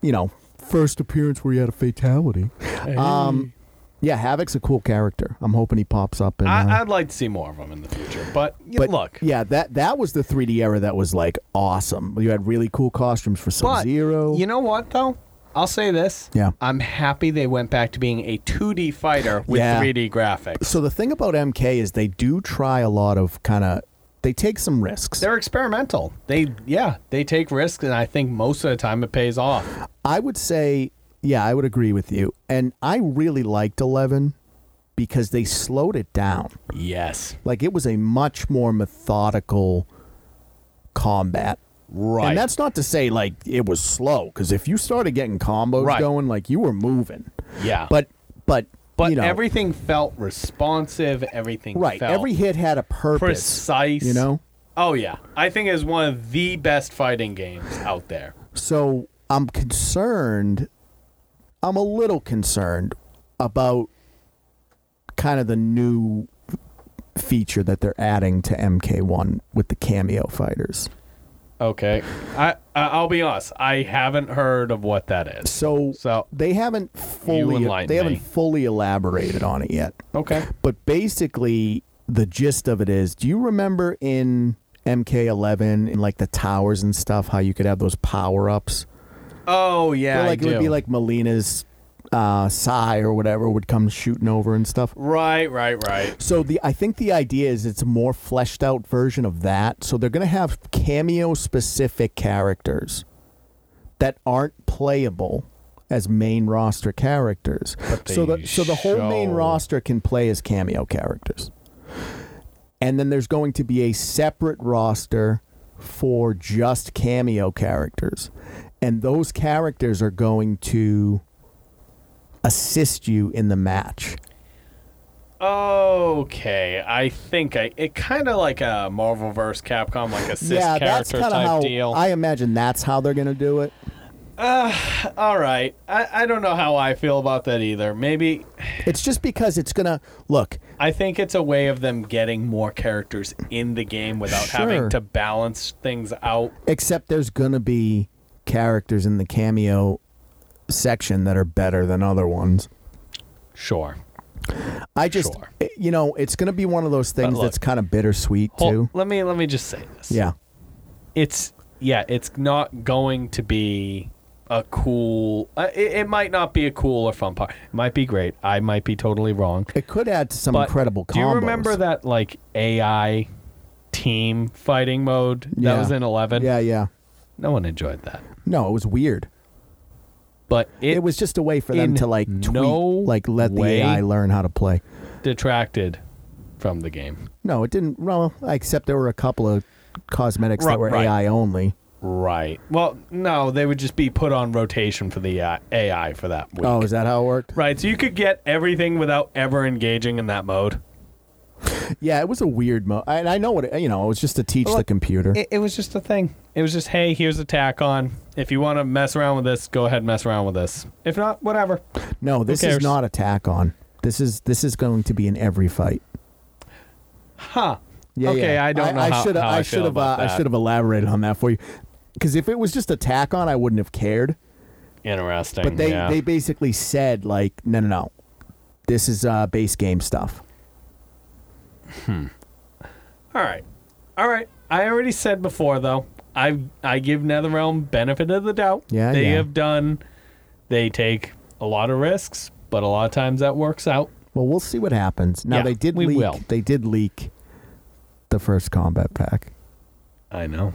you know, first appearance where he had a fatality. Um, yeah, Havoc's a cool character. I'm hoping he pops up. In, uh,
I, I'd like to see more of them in the future, but, y-
But
look,
yeah, that that was the 3D era that was like awesome. You had really cool costumes for Sub
But
Zero.
you know what though? I'll say this.
Yeah.
I'm happy they went back to being a 2D fighter with
Yeah.
3D graphics.
so the thing about MK is they do try a lot of kind of they take some risks.
They're experimental. They yeah, they take risks and I think most of the time it pays off.
I would say, yeah, I would agree with you. And I really liked Eleven because they slowed it down.
Yes.
Like it was a much more methodical combat.
Right.
And that's not to say like it was slow, because if you started getting combos
Right.
going, like you were moving.
yeah.
But but
but
you know,
everything felt responsive, everything
right,
felt
every hit had a purpose.
precise.
You know.
Oh yeah. I think it's one of the best fighting games out there.
So I'm concerned. I'm a little concerned about kind of the new feature that they're adding to MK1 with the cameo fighters.
Okay. I I- I'll be honest. I haven't heard of what that is.
So,
So-
they haven't fully
enlighten
they haven't
me.
fully elaborated on it yet.
Okay.
But basically the gist of it is, do you remember in MK11 in like the towers and stuff how you could have those power-ups?
Oh yeah,
Well,
I
like it would
do.
be like Melina's uh sigh or whatever would come shooting over and stuff.
right, right, right.
So the I think the idea is it's a more fleshed out version of that. So they're gonna have cameo specific characters that aren't playable as main roster characters.
But
so
they
the so the whole main
show-
roster can play as cameo characters. And then there's going to be a separate roster for just cameo characters. And those characters are going to assist you in the match.
Okay, I think I it kind of like a Marvel versus Capcom, like assist
yeah, that's
character
kind of
type
how
deal.
I imagine that's how they're gonna do it.
All right, I I don't know how I feel about that either. Maybe
It's just because it's gonna look.
I think it's a way of them getting more characters in the game without
Sure.
having to balance things out.
Except there's gonna be characters in the cameo section that are better than other ones.
Sure.
I just,
Sure.
eh, you know, it's gonna be one of those things
look-
that's kind of bittersweet
Hol-
too.
let me let me just say this.
Yeah,
it's yeah, it's not going to be a cool. Uh, it, it might not be a cool or fun part. It might be great. I might be totally wrong.
it could add to some
But
incredible combos.
do you remember that like AI team fighting mode that
Yeah.
was in Eleven?
Yeah, yeah.
no one enjoyed that.
No, it was weird.
But it,
It, was just a way for them
in
to like tweak,
no
like let
way-
the AI learn how to play.
detracted from the game.
No, it didn't. Well, except there were a couple of cosmetics
Right,
that were
right.
AI only.
Right. Well, no, they would just be put on rotation for the uh, AI for that week.
Oh, is that how it worked?
Right. So you could get everything without ever engaging in that mode.
Yeah, it was a weird mo. I, I know what it, you know. It was just to teach
Well,
the computer.
It, it was just a thing. It was just, hey, here's a tack on. If you want to mess around with this, go ahead and mess around with this. If not, whatever.
no, this is
cares?
not attack on. This is this is going to be in every fight.
Huh.
Yeah,
okay,
yeah.
I don't know
I,
how,
should have.
how I,
I should have. Uh,
about
I should have elaborated on that for you, because if it was just attack on, I wouldn't have cared.
Interesting.
But they
yeah.
they basically said like, no, no, no, this is uh, base game stuff.
All right. All right. I already said before though. I I give NetherRealm benefit of the doubt.
Yeah,
They
yeah.
have done they take a lot of risks, but a lot of times that works out.
Well, we'll see what happens. Now
Yeah,
they did
we
leak.
will.
They did leak the first combat pack.
I know.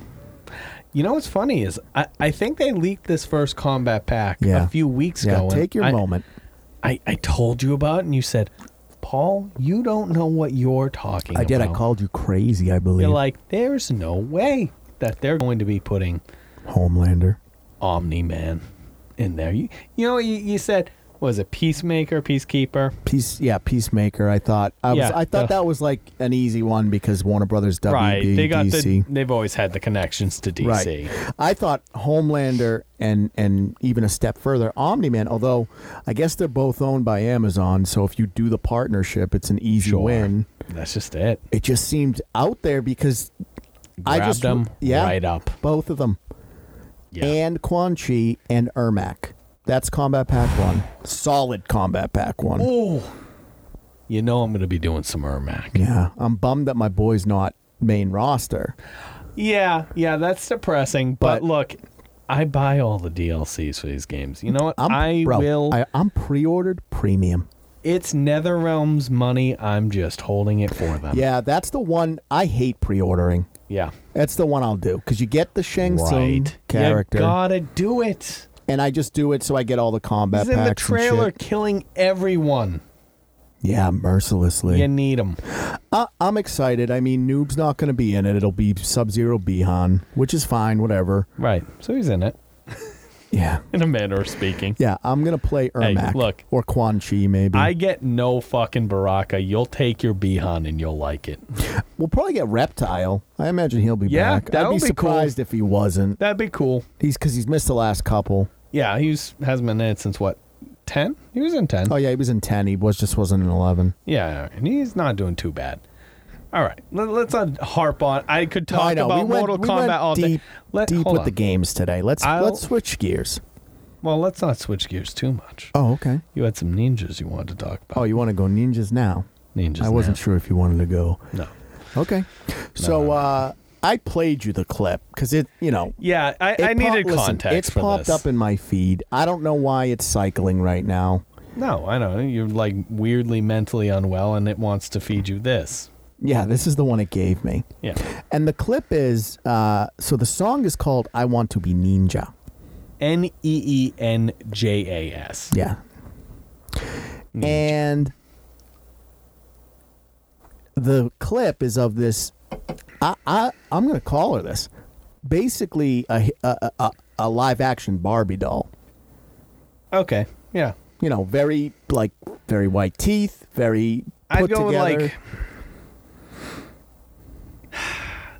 You know what's funny is I, I think they leaked this first combat pack
Yeah.
a few weeks
Yeah,
ago. and
take your
I,
moment.
I, I told you about it and you said, Paul, you don't know what you're talking
I
about.
did. I called you crazy. I believe.
You're like, there's no way that they're going to be putting
Homelander.
Omni Man in there. You, you know, you, you said was it Peacemaker, Peacekeeper?
Peace, yeah, Peacemaker. I thought I was.
Yeah,
I thought
the-
that was like an easy one because Warner Brothers, WB,
right, they got
DC.
the. They've always had the connections to DC.
right. I thought Homelander and and even a step further, Omni Man. Although I guess they're both owned by Amazon, so if you do the partnership, it's an easy
Sure.
win.
That's just it.
It just seemed out there because I
Grabbed
just-
them
yeah.
right up.
both of them
Yeah.
and Quan Chi and Ermac. That's combat pack one. Solid combat pack one.
oh, you know I'm going to be doing some Ermac.
Yeah, I'm bummed that my boy's not main roster.
Yeah, yeah, that's depressing. But,
But-
look, I buy all the DLCs for these games. You know what?
I'm,
I
bro,
will.
I, I'm pre-ordered premium.
it's NetherRealm's money. I'm just holding it for them.
Yeah, that's the one I hate pre-ordering.
Yeah.
That's the one I'll do because you get the Shang Tsung
Right.
character,
You gotta do it.
and I just do it so I get all the combat
He's in
packs
the
and shit.
trailer killing everyone.
Yeah, mercilessly.
You need him.
I, I'm excited. I mean, Noob's not going to be in it. It'll be Sub Zero Bihan, which is fine. Whatever.
Right. So he's in it,
Yeah,
in a manner of speaking.
yeah. I'm gonna play Ermac
look.
or Quan Chi maybe.
I get no fucking Baraka. You'll take your Bihan and you'll like it.
we'll probably get Reptile. I imagine he'll be
Yeah,
back.
that
I'd be
would be cool.
surprised if he wasn't.
That'd be cool.
He's because he's missed the last couple.
Yeah, he's hasn't been in it since what? Ten? He was in ten.
Oh yeah, he was in ten. He was just wasn't in eleven.
Yeah, and he's not doing too bad. All right, let, let's not harp on. I could
No, Oh, I
talk
know.
about
we went,
Mortal
we
Kombat
went
all
deep,
day. Let,
deep
hold
with
on.
the games today. Let's
I'll-
let's switch gears.
Well, let's not switch gears too much.
Oh okay.
You had some ninjas you wanted to talk about.
Oh, you want to go ninjas now?
ninjas.
I wasn't
now.
sure if you wanted to go.
No.
Okay. So uh, I played you the clip because it, you know,
Yeah, I,
it
I
popped-
needed
listen,
context
It's
for
popped
this.
up in my feed. I don't know why it's cycling right now.
no, I know you're like weirdly mentally unwell, and it wants to feed you this.
Yeah, this is the one it gave me.
Yeah,
And the clip is uh, so the song is called "I Want to Be Ninja."
N e e n j a s.
Yeah. And the clip is of this. I, I I'm gonna call her this. Basically, a a, a, a live action Barbie doll.
Okay, yeah,
You know, very like very white teeth, very
I'd
put
go with,
together.
like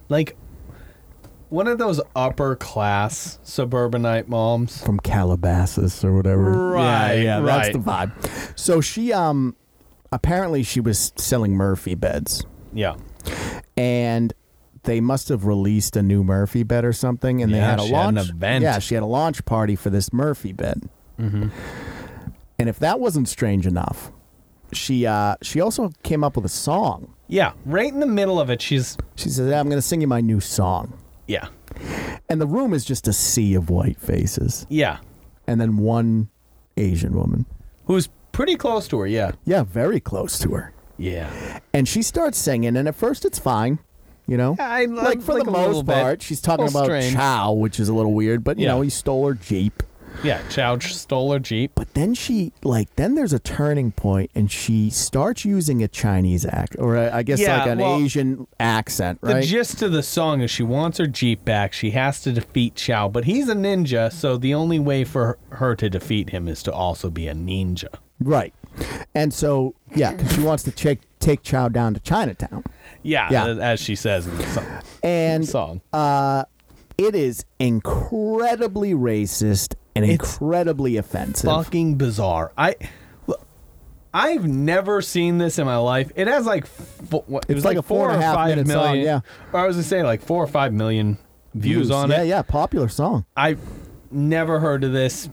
like one of those upper class suburbanite moms.
from Calabasas or whatever.
Right,
Yeah, yeah, that's
right.
the vibe. So she um apparently she was selling Murphy beds.
Yeah,
and they must have released a new Murphy bed or something, and they
Yeah,
had a
she had an
launch.
event.
Yeah, she had a launch party for this Murphy bed. Mm-hmm. And if that wasn't strange enough, she uh, she also came up with a song.
yeah, right in the middle of it, she's
She says, "I'm going to sing you my new song,"
yeah,
and the room is just a sea of white faces,
yeah,
and then one Asian woman.
who's pretty close to her. Yeah,
Yeah, very close to her,
yeah,
and she starts singing, and at first it's fine. You know,
Yeah, I-
like for
like
the
a little
most
bit.
part, she's talking
Little
about
strange.
Chow, which is a little weird, but you
Yeah.
know, he stole her Jeep.
Yeah, Chow stole her Jeep.
But then she like then there's a turning point and she starts using a Chinese act or a, I guess
Yeah,
like an
well,
Asian accent,
The
right?
gist of the song is she wants her Jeep back. She has to defeat Chow, but he's a ninja, so the only way for her to defeat him is to also be a ninja.
right. And so yeah, 'cause she wants to take take Chow down to Chinatown.
Yeah,
Yeah.
a- as she says in the song.
And
song.
it is incredibly racist and incredibly offensive.
fucking bizarre. I look, I've never seen this in my life. It has like fo- what, it
It's
was
like a four and a half
or five
minute
million.
song, yeah.
Or I was gonna say like four or five million views, on
yeah,
it.
Yeah, popular song.
I've never heard of this.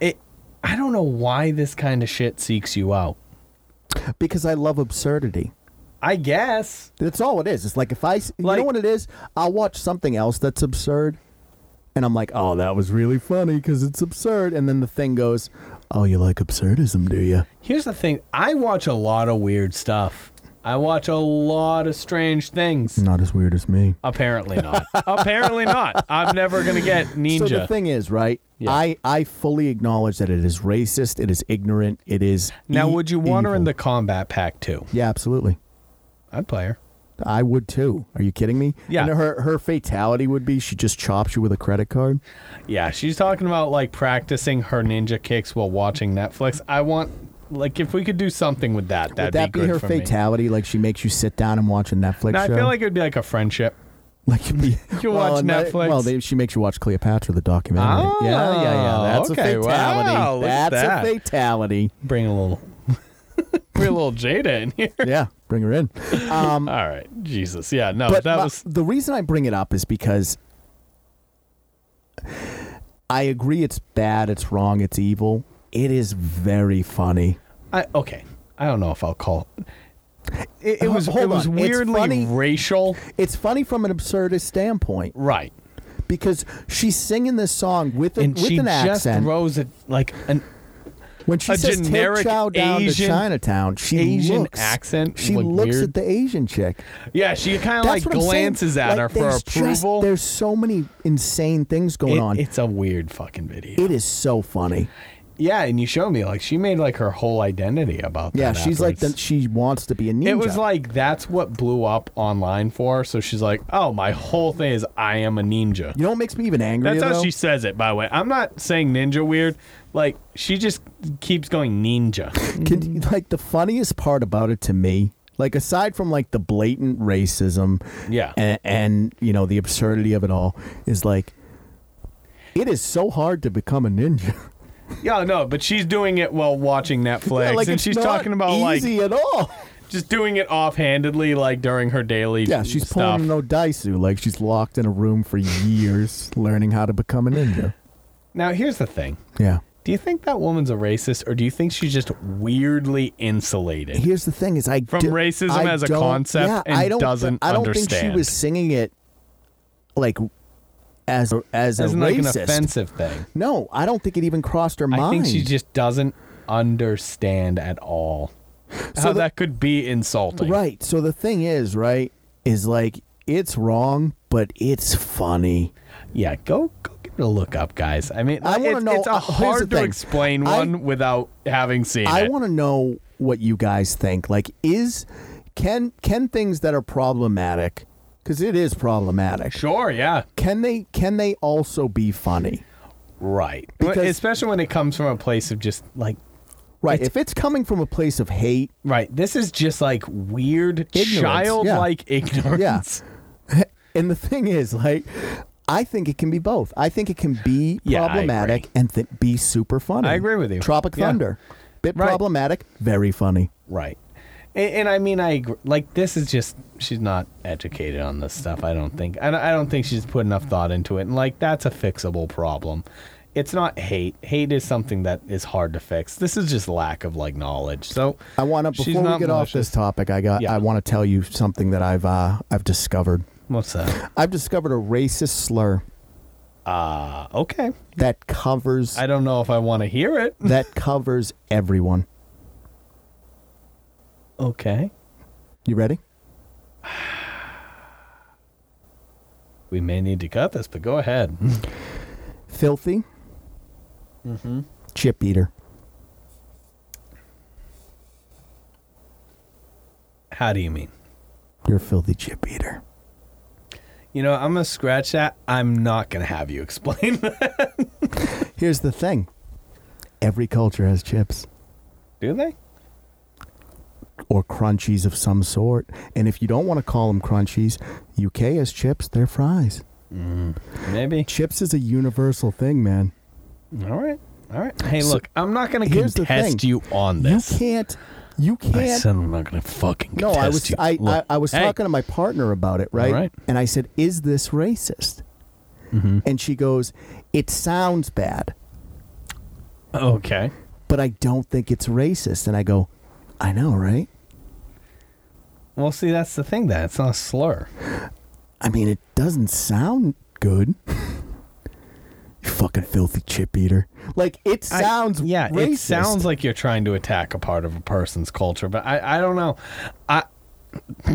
It I don't know why this kind of shit seeks you out.
Because I love absurdity.
I guess
That's all it is. It's like if I, s- you know
Like-
what it is? I'll watch something else that's absurd, and I'm like, oh, that was really funny because it's absurd. And then the thing goes, oh, you like absurdism, do you?
Here's the thing. I watch a lot of weird stuff. I watch a lot of strange things.
Not as weird as me.
Apparently not. Apparently not. I'm never gonna get ninja.
So the thing is, right?
Yeah.
I I fully acknowledge that it is racist. It is ignorant. It is
now,
e-
would you want her in the
evil.
combat pack too?
Yeah, absolutely.
I'd play her.
I would too. Are you kidding me?
Yeah.
And her her fatality would be she just chops you with a credit card.
Yeah, she's talking about like practicing her ninja kicks while watching Netflix. I want like if we could do something with that, that'd
would that
be,
be,
good
her
for
fatality? Like she makes you sit down and watch a Netflix
Me. Now, I
show.
feel like it'd be like a friendship.
Like you, be,
You watch
and that-
Netflix.
well, they, she makes you watch Cleopatra, the documentary.
Oh,
yeah, yeah, yeah. That's
okay,
a
wow,
fatality.
look at
That's
that.
a fatality.
Bring a little, bring a little Jada in here.
yeah, bring her in. Um,
All right, Jesus, yeah, no,
but
Oh, that
my-
was
the reason I bring it up is because I agree it's bad, it's wrong, it's evil. It is very funny.
I okay. I don't know if I'll call. It, it was
Hold
it was
on, it's
weirdly
funny-
racial,
It's funny from an absurdist standpoint
right?
because she's singing this song with, a,
And
with
she
an
just
accent.
throws it like an
When she
a
says
generic
take Chow down
Asian-
to Chinatown, she
Asian
looks,
accent
She
would
looks
weird-
at the Asian chick.
yeah. She kind of
That's what
like
I'm saying.
glances at
Like,
her for
there's
approval.
Just, there's so many insane things going
It-
on.
It's a weird fucking video.
it is so funny.
Yeah, and you show me like she made like her whole identity about that.
Yeah, she's like the,
afterwards.
she wants to be a ninja.
It was like that's what blew up online for her. So she's like, "Oh, my whole thing is I am a ninja."
you know what makes me even angrier?
That's how
though?
she says it. By the way, I'm not saying ninja weird. Like she just keeps going ninja.
Can,
Mm-hmm.
like the funniest part about it to me, like aside from like the blatant racism,
Yeah.
and, and you know the absurdity of it all, is like it is so hard to become a ninja.
yeah, no, but she's doing it while watching Netflix,
Yeah, like
and
it's
she's
not
talking about like
easy at all.
just doing it offhandedly, like during her daily.
Yeah, she's
stuff.
pulling no daisu. Like she's locked in a room for years, learning how to become a ninja.
now here's the thing.
Yeah.
Do you think that woman's a racist, or do you think she's just weirdly insulated?
Here's the thing: is I
From
do-
racism
I
as a
don't-
concept
yeah,
and
I don't,
doesn't
I don't think
understand.
she was singing it like as a, as a
Isn't like an
racist.
offensive thing.
No, I don't think it even crossed her
I
mind.
think she just doesn't understand at all how
the-
that could be insulting.
right. So the thing is, right, is like it's wrong, but it's funny.
Yeah, go go give it a look up, guys. I mean,
I wanna
it's,
know-
it's a
uh, here's the
hard to
thing.
explain
I-
one without having seen
I
it.
want to know what you guys think. Like, is can can things that are problematic, because it is problematic.
sure, yeah,
Can they can they also be funny?
right.
Because-
Especially when it comes from a place of just like,
Right. if it's coming from a place of hate,
right, this is just like weird,
Ignorance, yeah.
childlike ignorance.
and the thing is, like, I think it can be both. I think it can be
Yeah, I
problematic and th- be super funny.
I agree with you.
Tropic
Yeah.
Thunder, bit
Right.
problematic, very funny.
Right. And, and I mean, I agree. like this is just she's not educated on this stuff. I don't think. I don't, I don't think she's put enough thought into it. And like that's a fixable problem. It's not hate. Hate is something that is hard to fix. This is just lack of like knowledge. So
I want to
She's
before we
not
get off
malicious.
this topic. I got.
Yeah.
I want to tell you something that I've uh, I've discovered.
what's that?
I've discovered a racist slur
Uh, okay.
that covers
I don't know if I want to hear it.
that covers everyone.
Okay.
You ready?
We may need to cut this, but go ahead.
Filthy,
Mm-hmm.
Chip eater.
How do you mean?
You're a filthy chip eater.
You know, I'm gonna scratch that. I'm not gonna have you explain that.
Here's the thing. Every culture has chips
Do they?
or crunchies of some sort. And if you don't want to call them crunchies, UK has chips, they're fries.
Maybe.
Chips is a universal thing, man.
All right. All right. Hey,
So-
look, I'm not gonna
Here's the
contest
thing.
you on this.
You can't you
I
can't
said I'm not gonna fucking
No,
contest
I was
you.
I, I,
Look,
I was
hey,
talking to my partner about it, right?
Alright. Mm-hmm.
And I said, "Is this racist?" And she goes, "It sounds bad,
Okay.
but I don't think it's racist." And I go, "I know, right?
Well, see, that's the thing. That it's not a slur.
I mean, it doesn't sound good." you fucking filthy chip eater. Like it
I-
sounds
yeah
racist.
it sounds like you're trying to attack a part of a person's culture but i i don't know i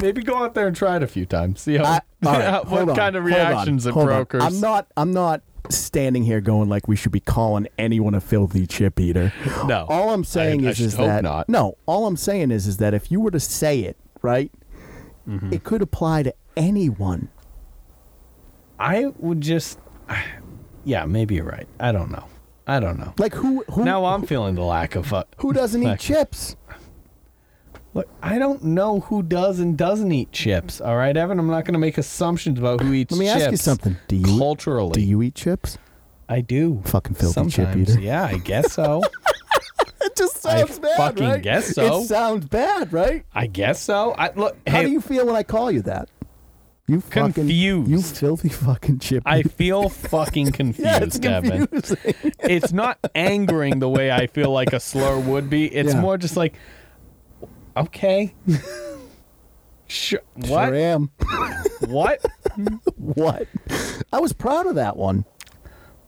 maybe go out there and try it a few times see how,
I, all right,
how-
hold
what
on,
kind of
hold on,
reactions it
hold on.
brokers
I'm not. I'm not standing here going like we should be calling anyone a filthy chip eater.
No.
All I'm
I-
saying
I
is,
should
is
hope
that
not.
no. All I'm saying is, is that if you were to say it right,
Mm-hmm.
it could apply to anyone.
i would just yeah maybe you're right i don't know i don't know
Like who? Who?
now i'm feeling the lack of uh,
who doesn't eat
Like-
chips?
look i don't know who does and doesn't eat chips all right evan i'm not going to make assumptions about who eats
Let me ask you
chips
something. Do you
culturally
do you eat chips?
i do
Fucking filthy chip
Sometimes,
eater.
yeah i guess so
It just
I
sounds bad,
fucking
right?
guess so.
It sounds bad, right?
I guess so. I look.
How
hey,
do you feel when I call you that? You fucking You
Confused.
filthy fucking chip.
I
eater.
feel fucking confused,
yeah, it's
Evan.
confusing.
It's not angering the way I feel like a slur would be. It's
Yeah.
more just like, okay, sure, what,
Sure am.
what?
What? I was proud of that one.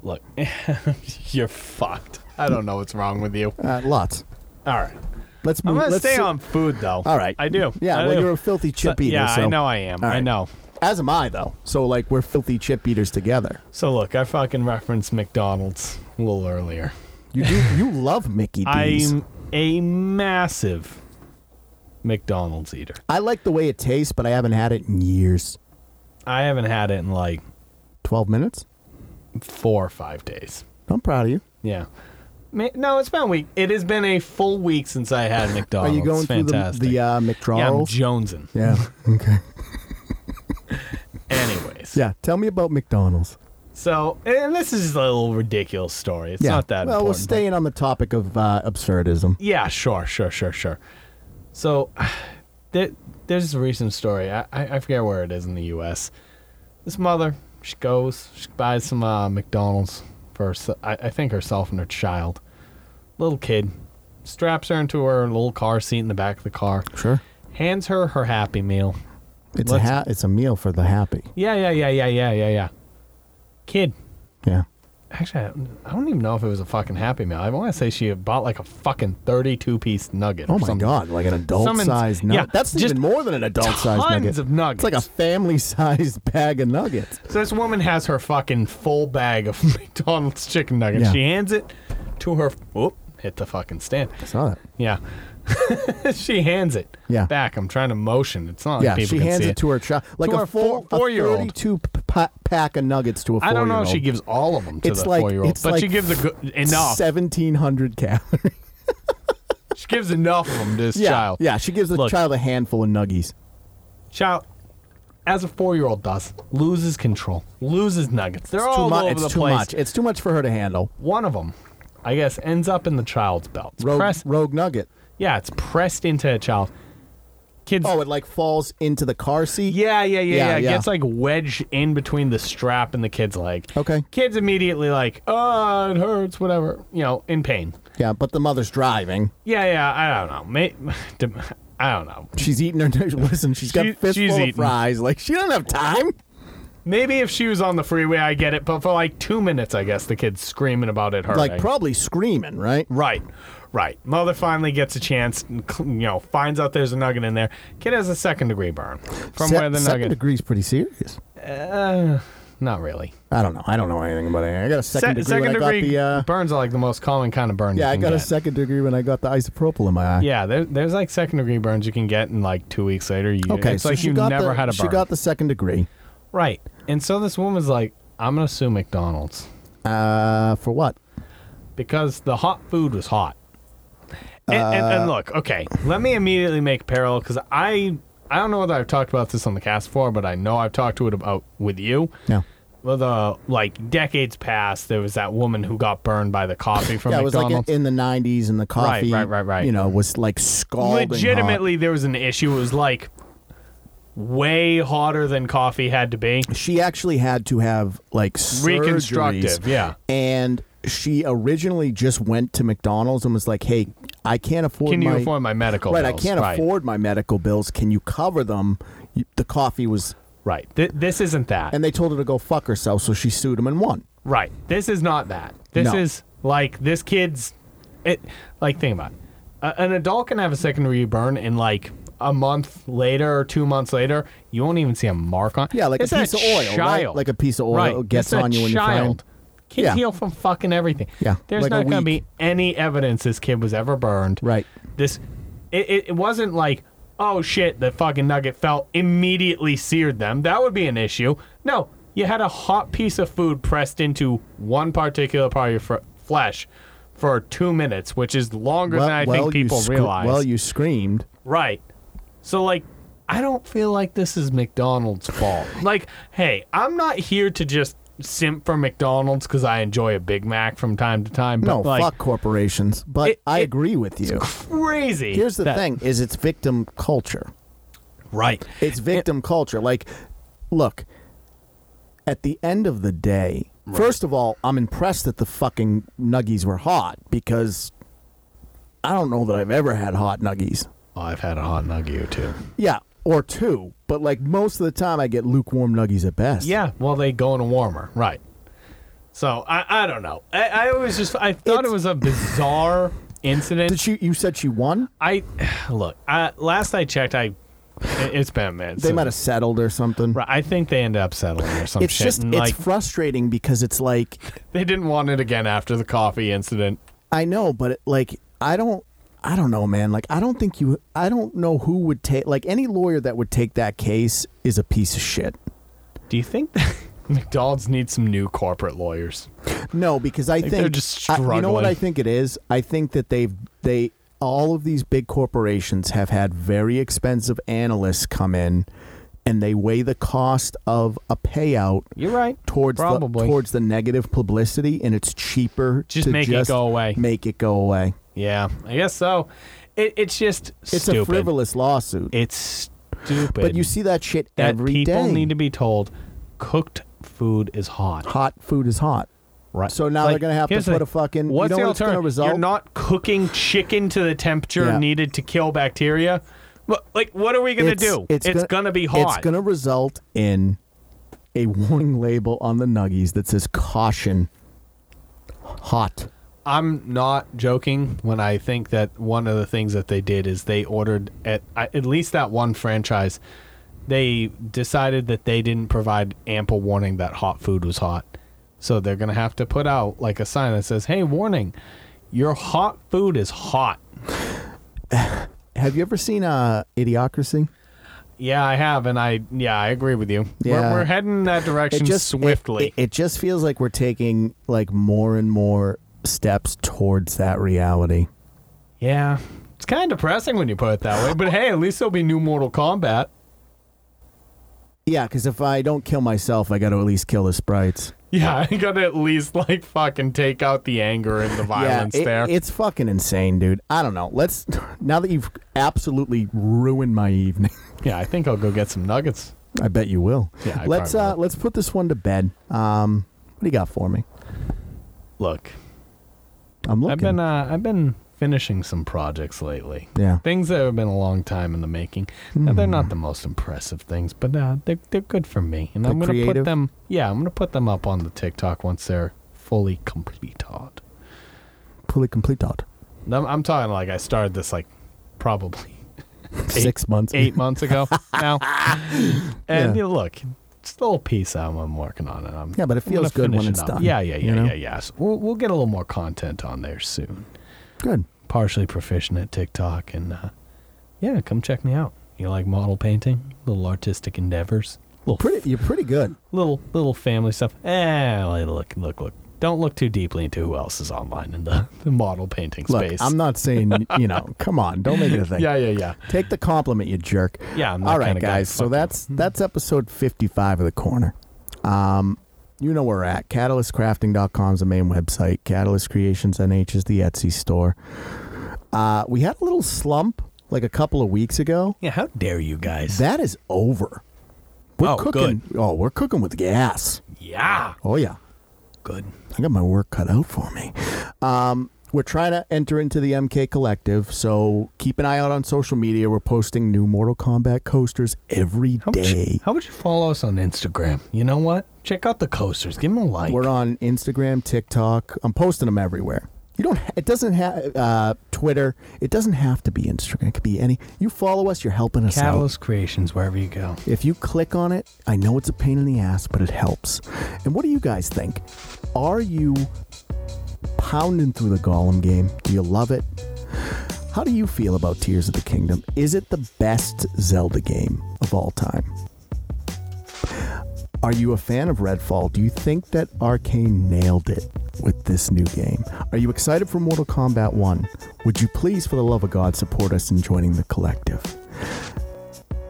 Look, you're fucked. I don't know what's wrong with you.
Uh, lots.
All right,
Let's
I'm
move.
gonna
let's
stay
si-
on food though.
All right.
I do.
Yeah,
I
well,
do.
you're a filthy
So-
chip eater.
Yeah,
so-
I know I am.
All
I
right.
know.
As am I, though. So like, we're filthy chip eaters together.
So look, I fucking referenced McDonald's a little earlier.
You do. you love Mickey D's.
I'm a massive McDonald's eater.
I like the way it tastes, but I haven't had it in years.
I haven't had it in like
Twelve minutes.
four or five days.
I'm proud of you.
Yeah. Ma- No, it's been a week. It has been a full week since I had
Are
McDonald's.
you going through the,
Oh, Fantastic.
the uh,
yeah, I'm
McDonald's?
jonesing.
yeah. Okay.
Anyways.
Yeah. Tell me about McDonald's.
So, and this is a little ridiculous story. It's
yeah.
not that
Well,
important.
we're
but-
staying on the topic of uh, absurdism.
Yeah, sure, sure, sure, sure. So, there, there's a recent story. I, I, I forget where it is in the U.S. This mother, she goes, she buys some uh, McDonald's for, herse- I, I think, herself and her child. Little kid, straps her into her little car seat in the back of the car,
Sure.
hands her her Happy Meal.
It's
Let's-
a ha- it's a meal for the happy.
Yeah, yeah, yeah, yeah, yeah, yeah, yeah. Kid,
Yeah.
actually, I don't- I don't even know if it was a fucking Happy Meal. I want to say she had bought like a fucking 32 piece nugget.
Oh
or
my
something.
god, like an adult
Some ins-
sized nugget.
yeah,
That's
just
even more than an adult sized
tons
nugget.
of nuggets.
It's like a family sized bag of nuggets.
So this woman has her fucking full bag of McDonald's chicken nuggets.
Yeah.
She hands it to her. Whoop! Hit the fucking stand.
I saw that.
Yeah, she hands it.
Yeah.
Back. I'm trying to motion. It's not like
Yeah,
people
she
can
hands
see
it to her child, like
To
a
her
four,
four- four-year-old.
thirty-two p- pa- pack of nuggets to a
I
four-year-old.
don't know. if She gives all of them to
It's
the
like-
four year old,
it's
but she
like
gives a good enough.
seventeen hundred calories.
She gives enough of them to this
yeah,
child.
yeah. She gives the
Look.
child a handful of nuggies.
Child, as a four year old does, loses control, loses nuggets. They're
It's
all
too much.
over
It's
the
too
place.
much. It's too much for her to handle.
One of them, I guess, ends up in the child's belt. It's
Rogue,
pressed-
rogue nugget.
Yeah, it's pressed into a child. Kids.
Oh, it like falls into the car seat.
Yeah, yeah, yeah,
Yeah,
yeah. It
yeah.
gets like wedged in between the strap and the kid's leg.
Okay.
Kid's immediately like, oh, it hurts, whatever, you know, in pain.
Yeah, but the mother's driving.
Yeah, yeah, I don't know. May- dem- I don't know.
She's eating her. Listen, she's got
She-
a fistful
she's
of
eating.
fries. Like she doesn't have time.
Maybe if she was on the freeway, I get it. But for like two minutes, I guess the kid's screaming about it hurting.
Like probably screaming, right?
right, right. Mother finally gets a chance, and, cl- you know, finds out there's a nugget in there. Kid has a second degree burn from
Se-
where the
second
nugget.
degree's pretty serious.
Uh, not really.
I don't know. I don't know anything about it. I got a second
Se-
degree when I got the. Uh,
burns are like the most common kind of burn. you
yeah, I
can
got a
get.
second degree when I got the isopropyl in my eye.
Yeah, there, there's like second degree burns you can get, and like two weeks later, you,
Okay,
it's
so
like
she
you
got
never
the,
had a burn.
She got the second degree.
right. And so this woman's like, I'm gonna sue McDonald's
Uh, for what?
because the hot food was hot. And, and,
Uh,
and look, okay, let me immediately make a parallel because I I don't know whether I've talked about this on the cast before, but I know I've talked to it about with you.
No.
Well, the like decades past, there was that woman who got burned by the coffee from
yeah, it was
McDonald's.
like in, in the '90s, and the coffee,
right, right, right.
you know, was like scalding. hot.
legitimately there was an issue. It was like way hotter than coffee had to be.
she actually had to have like surgeries,
Reconstructive, yeah.
and she originally just went to McDonald's and was like, "Hey, I can't afford
Can you
my
afford my medical?
right,
bills?
I can't
right,
afford my medical bills. Can you cover them?" You- The coffee was,
Right. Th- this isn't that.
and they told her to go fuck herself, so she sued them and won.
right. This is not that. This
No.
is like this kid's. It like think about it. A- an adult can have a secondary burn and like. A month later or two months later, you won't even see a mark on.
Yeah, like a
It's that
piece of oil, right?
child.
Like a piece of oil
right.
gets
it's a
on you when you're frying.
child. Kids
Yeah.
heal from fucking everything.
Yeah,
There's
like a
not going to
week.
be any evidence this kid was ever burned.
Right.
This, it, it, it wasn't like, oh shit, the fucking nugget fell, immediately seared them. That would be an issue. No, you had a hot piece of food pressed into one particular part of your fr- flesh for two minutes, which is longer
Well,
than I
well,
think people
you scr-
realize.
Well, you screamed.
Right. So like I don't feel like this is McDonald's fault. like, hey, I'm not here to just simp for McDonald's because I enjoy a Big Mac from time to time. But
No,
like,
fuck corporations. But
It-
I
it-
agree with you.
crazy.
Here's the
that-
thing: is it's victim culture.
Right.
It's victim culture. Like, look, at the end of the day, first of all, I'm impressed that the fucking nuggies were hot because I don't know that I've ever had hot nuggies.
Oh, I've had a hot nugget or two.
Yeah, or two, but like most of the time, I get lukewarm nuggies at best.
Yeah. Well, they go in a warmer. Right. So I, I don't know. I, I always just I thought
It's-
it was a bizarre incident.
Did she? You said she won.
I look. I, last I checked, I it, has been a minute.
They
so-
might have settled or something.
Right, I think they ended up settling or some
It's
shit.
just
and, like,
it's frustrating because it's like
They didn't want it again after the coffee incident.
I know, but it, like I don't I don't know, man. Like I don't think you I don't know who would take like any lawyer that would take that case is a piece of shit.
Do you think that McDonald's needs some new corporate lawyers?
No, because I think,
they're just
I- you know what
struggling.
I think it is? I think that they've they all of these big corporations have had very expensive analysts come in and they weigh the cost of a payout
You're right.
towards
Probably.
the towards the negative publicity and it's cheaper
Just
to
make it
just
go away.
Make it go away.
Yeah, I guess so. It, it's just
It's
stupid.
a frivolous lawsuit.
It's stupid.
but you see that shit
that
every day.
people need to be told cooked food is hot.
hot food is hot.
Right.
So now they're gonna have to
here's the
put
thing.
a fucking- you
What's
know
the
what's gonna
alternative?
result?
You're not cooking chicken to the temperature
Yeah.
needed to kill bacteria. Look, Like, what are we gonna do? gonna, be hot.
It's gonna result in a warning label on the nuggies that says "caution, hot."
I'm not joking when I think that one of the things that they did is they ordered at I- at least that one franchise. They decided that they didn't provide ample warning that hot food was hot, so they're gonna have to put out like a sign that says, "Hey, warning, your hot food is hot."
Have you ever seen uh, Idiocracy?
Yeah, I have, and I yeah, I agree with you.
Yeah.
We're, we're heading in that direction swiftly.
It, it just feels like we're taking like more and more steps towards that reality.
yeah, it's kind of depressing when you put it that way. But hey, at least there'll be new Mortal Kombat.
Yeah, because if I don't kill myself, I got to at least kill the sprites.
Yeah, I gotta at least like fucking take out the anger and the violence
yeah, it-
there.
it's fucking insane, dude. I don't know. Let's now that you've absolutely ruined my evening.
yeah, I think I'll go get some nuggets.
I bet you will.
Yeah, I
let's
probably
uh, let's put this one to bed. Um, what do you got for me?
Look,
I'm looking.
I've been uh, I've been finishing some projects lately.
yeah.
Things that have been a long time in the making. Now, they're
Hmm.
not the most impressive things, but uh, they're they're good for me, and
They're
I'm gonna
creative?
put them. Yeah, I'm gonna put them up on the TikTok once they're fully complete. Odd.
Fully complete out.
I'm, I'm talking like I started this like probably
Six months.
eight months ago now.
Yeah.
And you look, it's the little piece I'm, I'm working on, and I'm
Yeah, but it
I'm gonna
feels good when
finish it
it's
up.
done,
Yeah, yeah, yeah,
you know?
yeah, yeah. So we'll, we'll get a little more content on there soon.
Good.
Partially proficient at TikTok, and uh, yeah, come check me out. You like model painting, little artistic endeavors, little
Pretty, you're pretty good.
little little family stuff. Eh, like, look, look, look. Don't look too deeply into who else is online in the, the model painting
Look,
space.
I'm not saying you know. Come on, don't make it a thing.
yeah, yeah, yeah.
Take the compliment, you jerk.
Yeah, I'm that
All right,
kinda guy.
guys. So
Fuck Hmm.
that's that's episode 55 of the corner. Um, you know where we're at. CatalystCrafting.com is the main website. Catalyst Creations NH is the Etsy store. Uh, we had a little slump like a couple of weeks ago.
Yeah, how dare you guys?
That is over. We're
Oh,
cooking. Oh, we're cooking with gas.
yeah,
Oh yeah.
good.
I got my work cut out for me. Um, we're trying to enter into the MK Collective, so keep an eye out on social media. We're posting new Mortal Kombat coasters every day.
How about, you, how about you follow us on Instagram? You know what? Check out the coasters. Give them a like.
We're on Instagram, TikTok. I'm posting them everywhere. You don't. It doesn't have uh, Twitter. It doesn't have to be Instagram. It could be any. You follow us. You're helping us out.
Catalyst Creations, wherever you go.
If you click on it, I know it's a pain in the ass, but it helps. And what do you guys think? Are you pounding through the Golem game? Do you love it? How do you feel about Tears of the Kingdom? Is it the best Zelda game of all time? Are you a fan of Redfall? Do you think that Arcane nailed it with this new game? Are you excited for Mortal Kombat 1? Would you please, for the love of God, support us in joining the collective?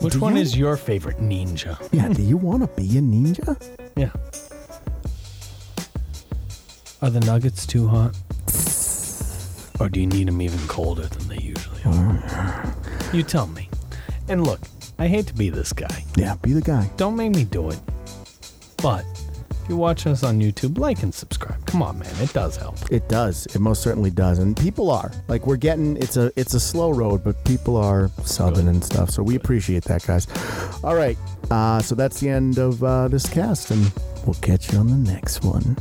Which
Do
one
you-
is your favorite ninja?
Yeah, do you want to be a ninja?
Yeah. Are the nuggets too hot? Or do you need them even colder than they usually are? You tell me. And look, I hate to be this guy.
Yeah, be the guy.
Don't make me do it. But if you watch us on YouTube, like and subscribe. Come on, man. It does help.
It does. It most certainly does. And people are like we're getting. It's a it's a slow road, but people are subbing and stuff. So we appreciate that, guys. All right. Uh, so that's the end of uh, this cast, and we'll catch you on the next one.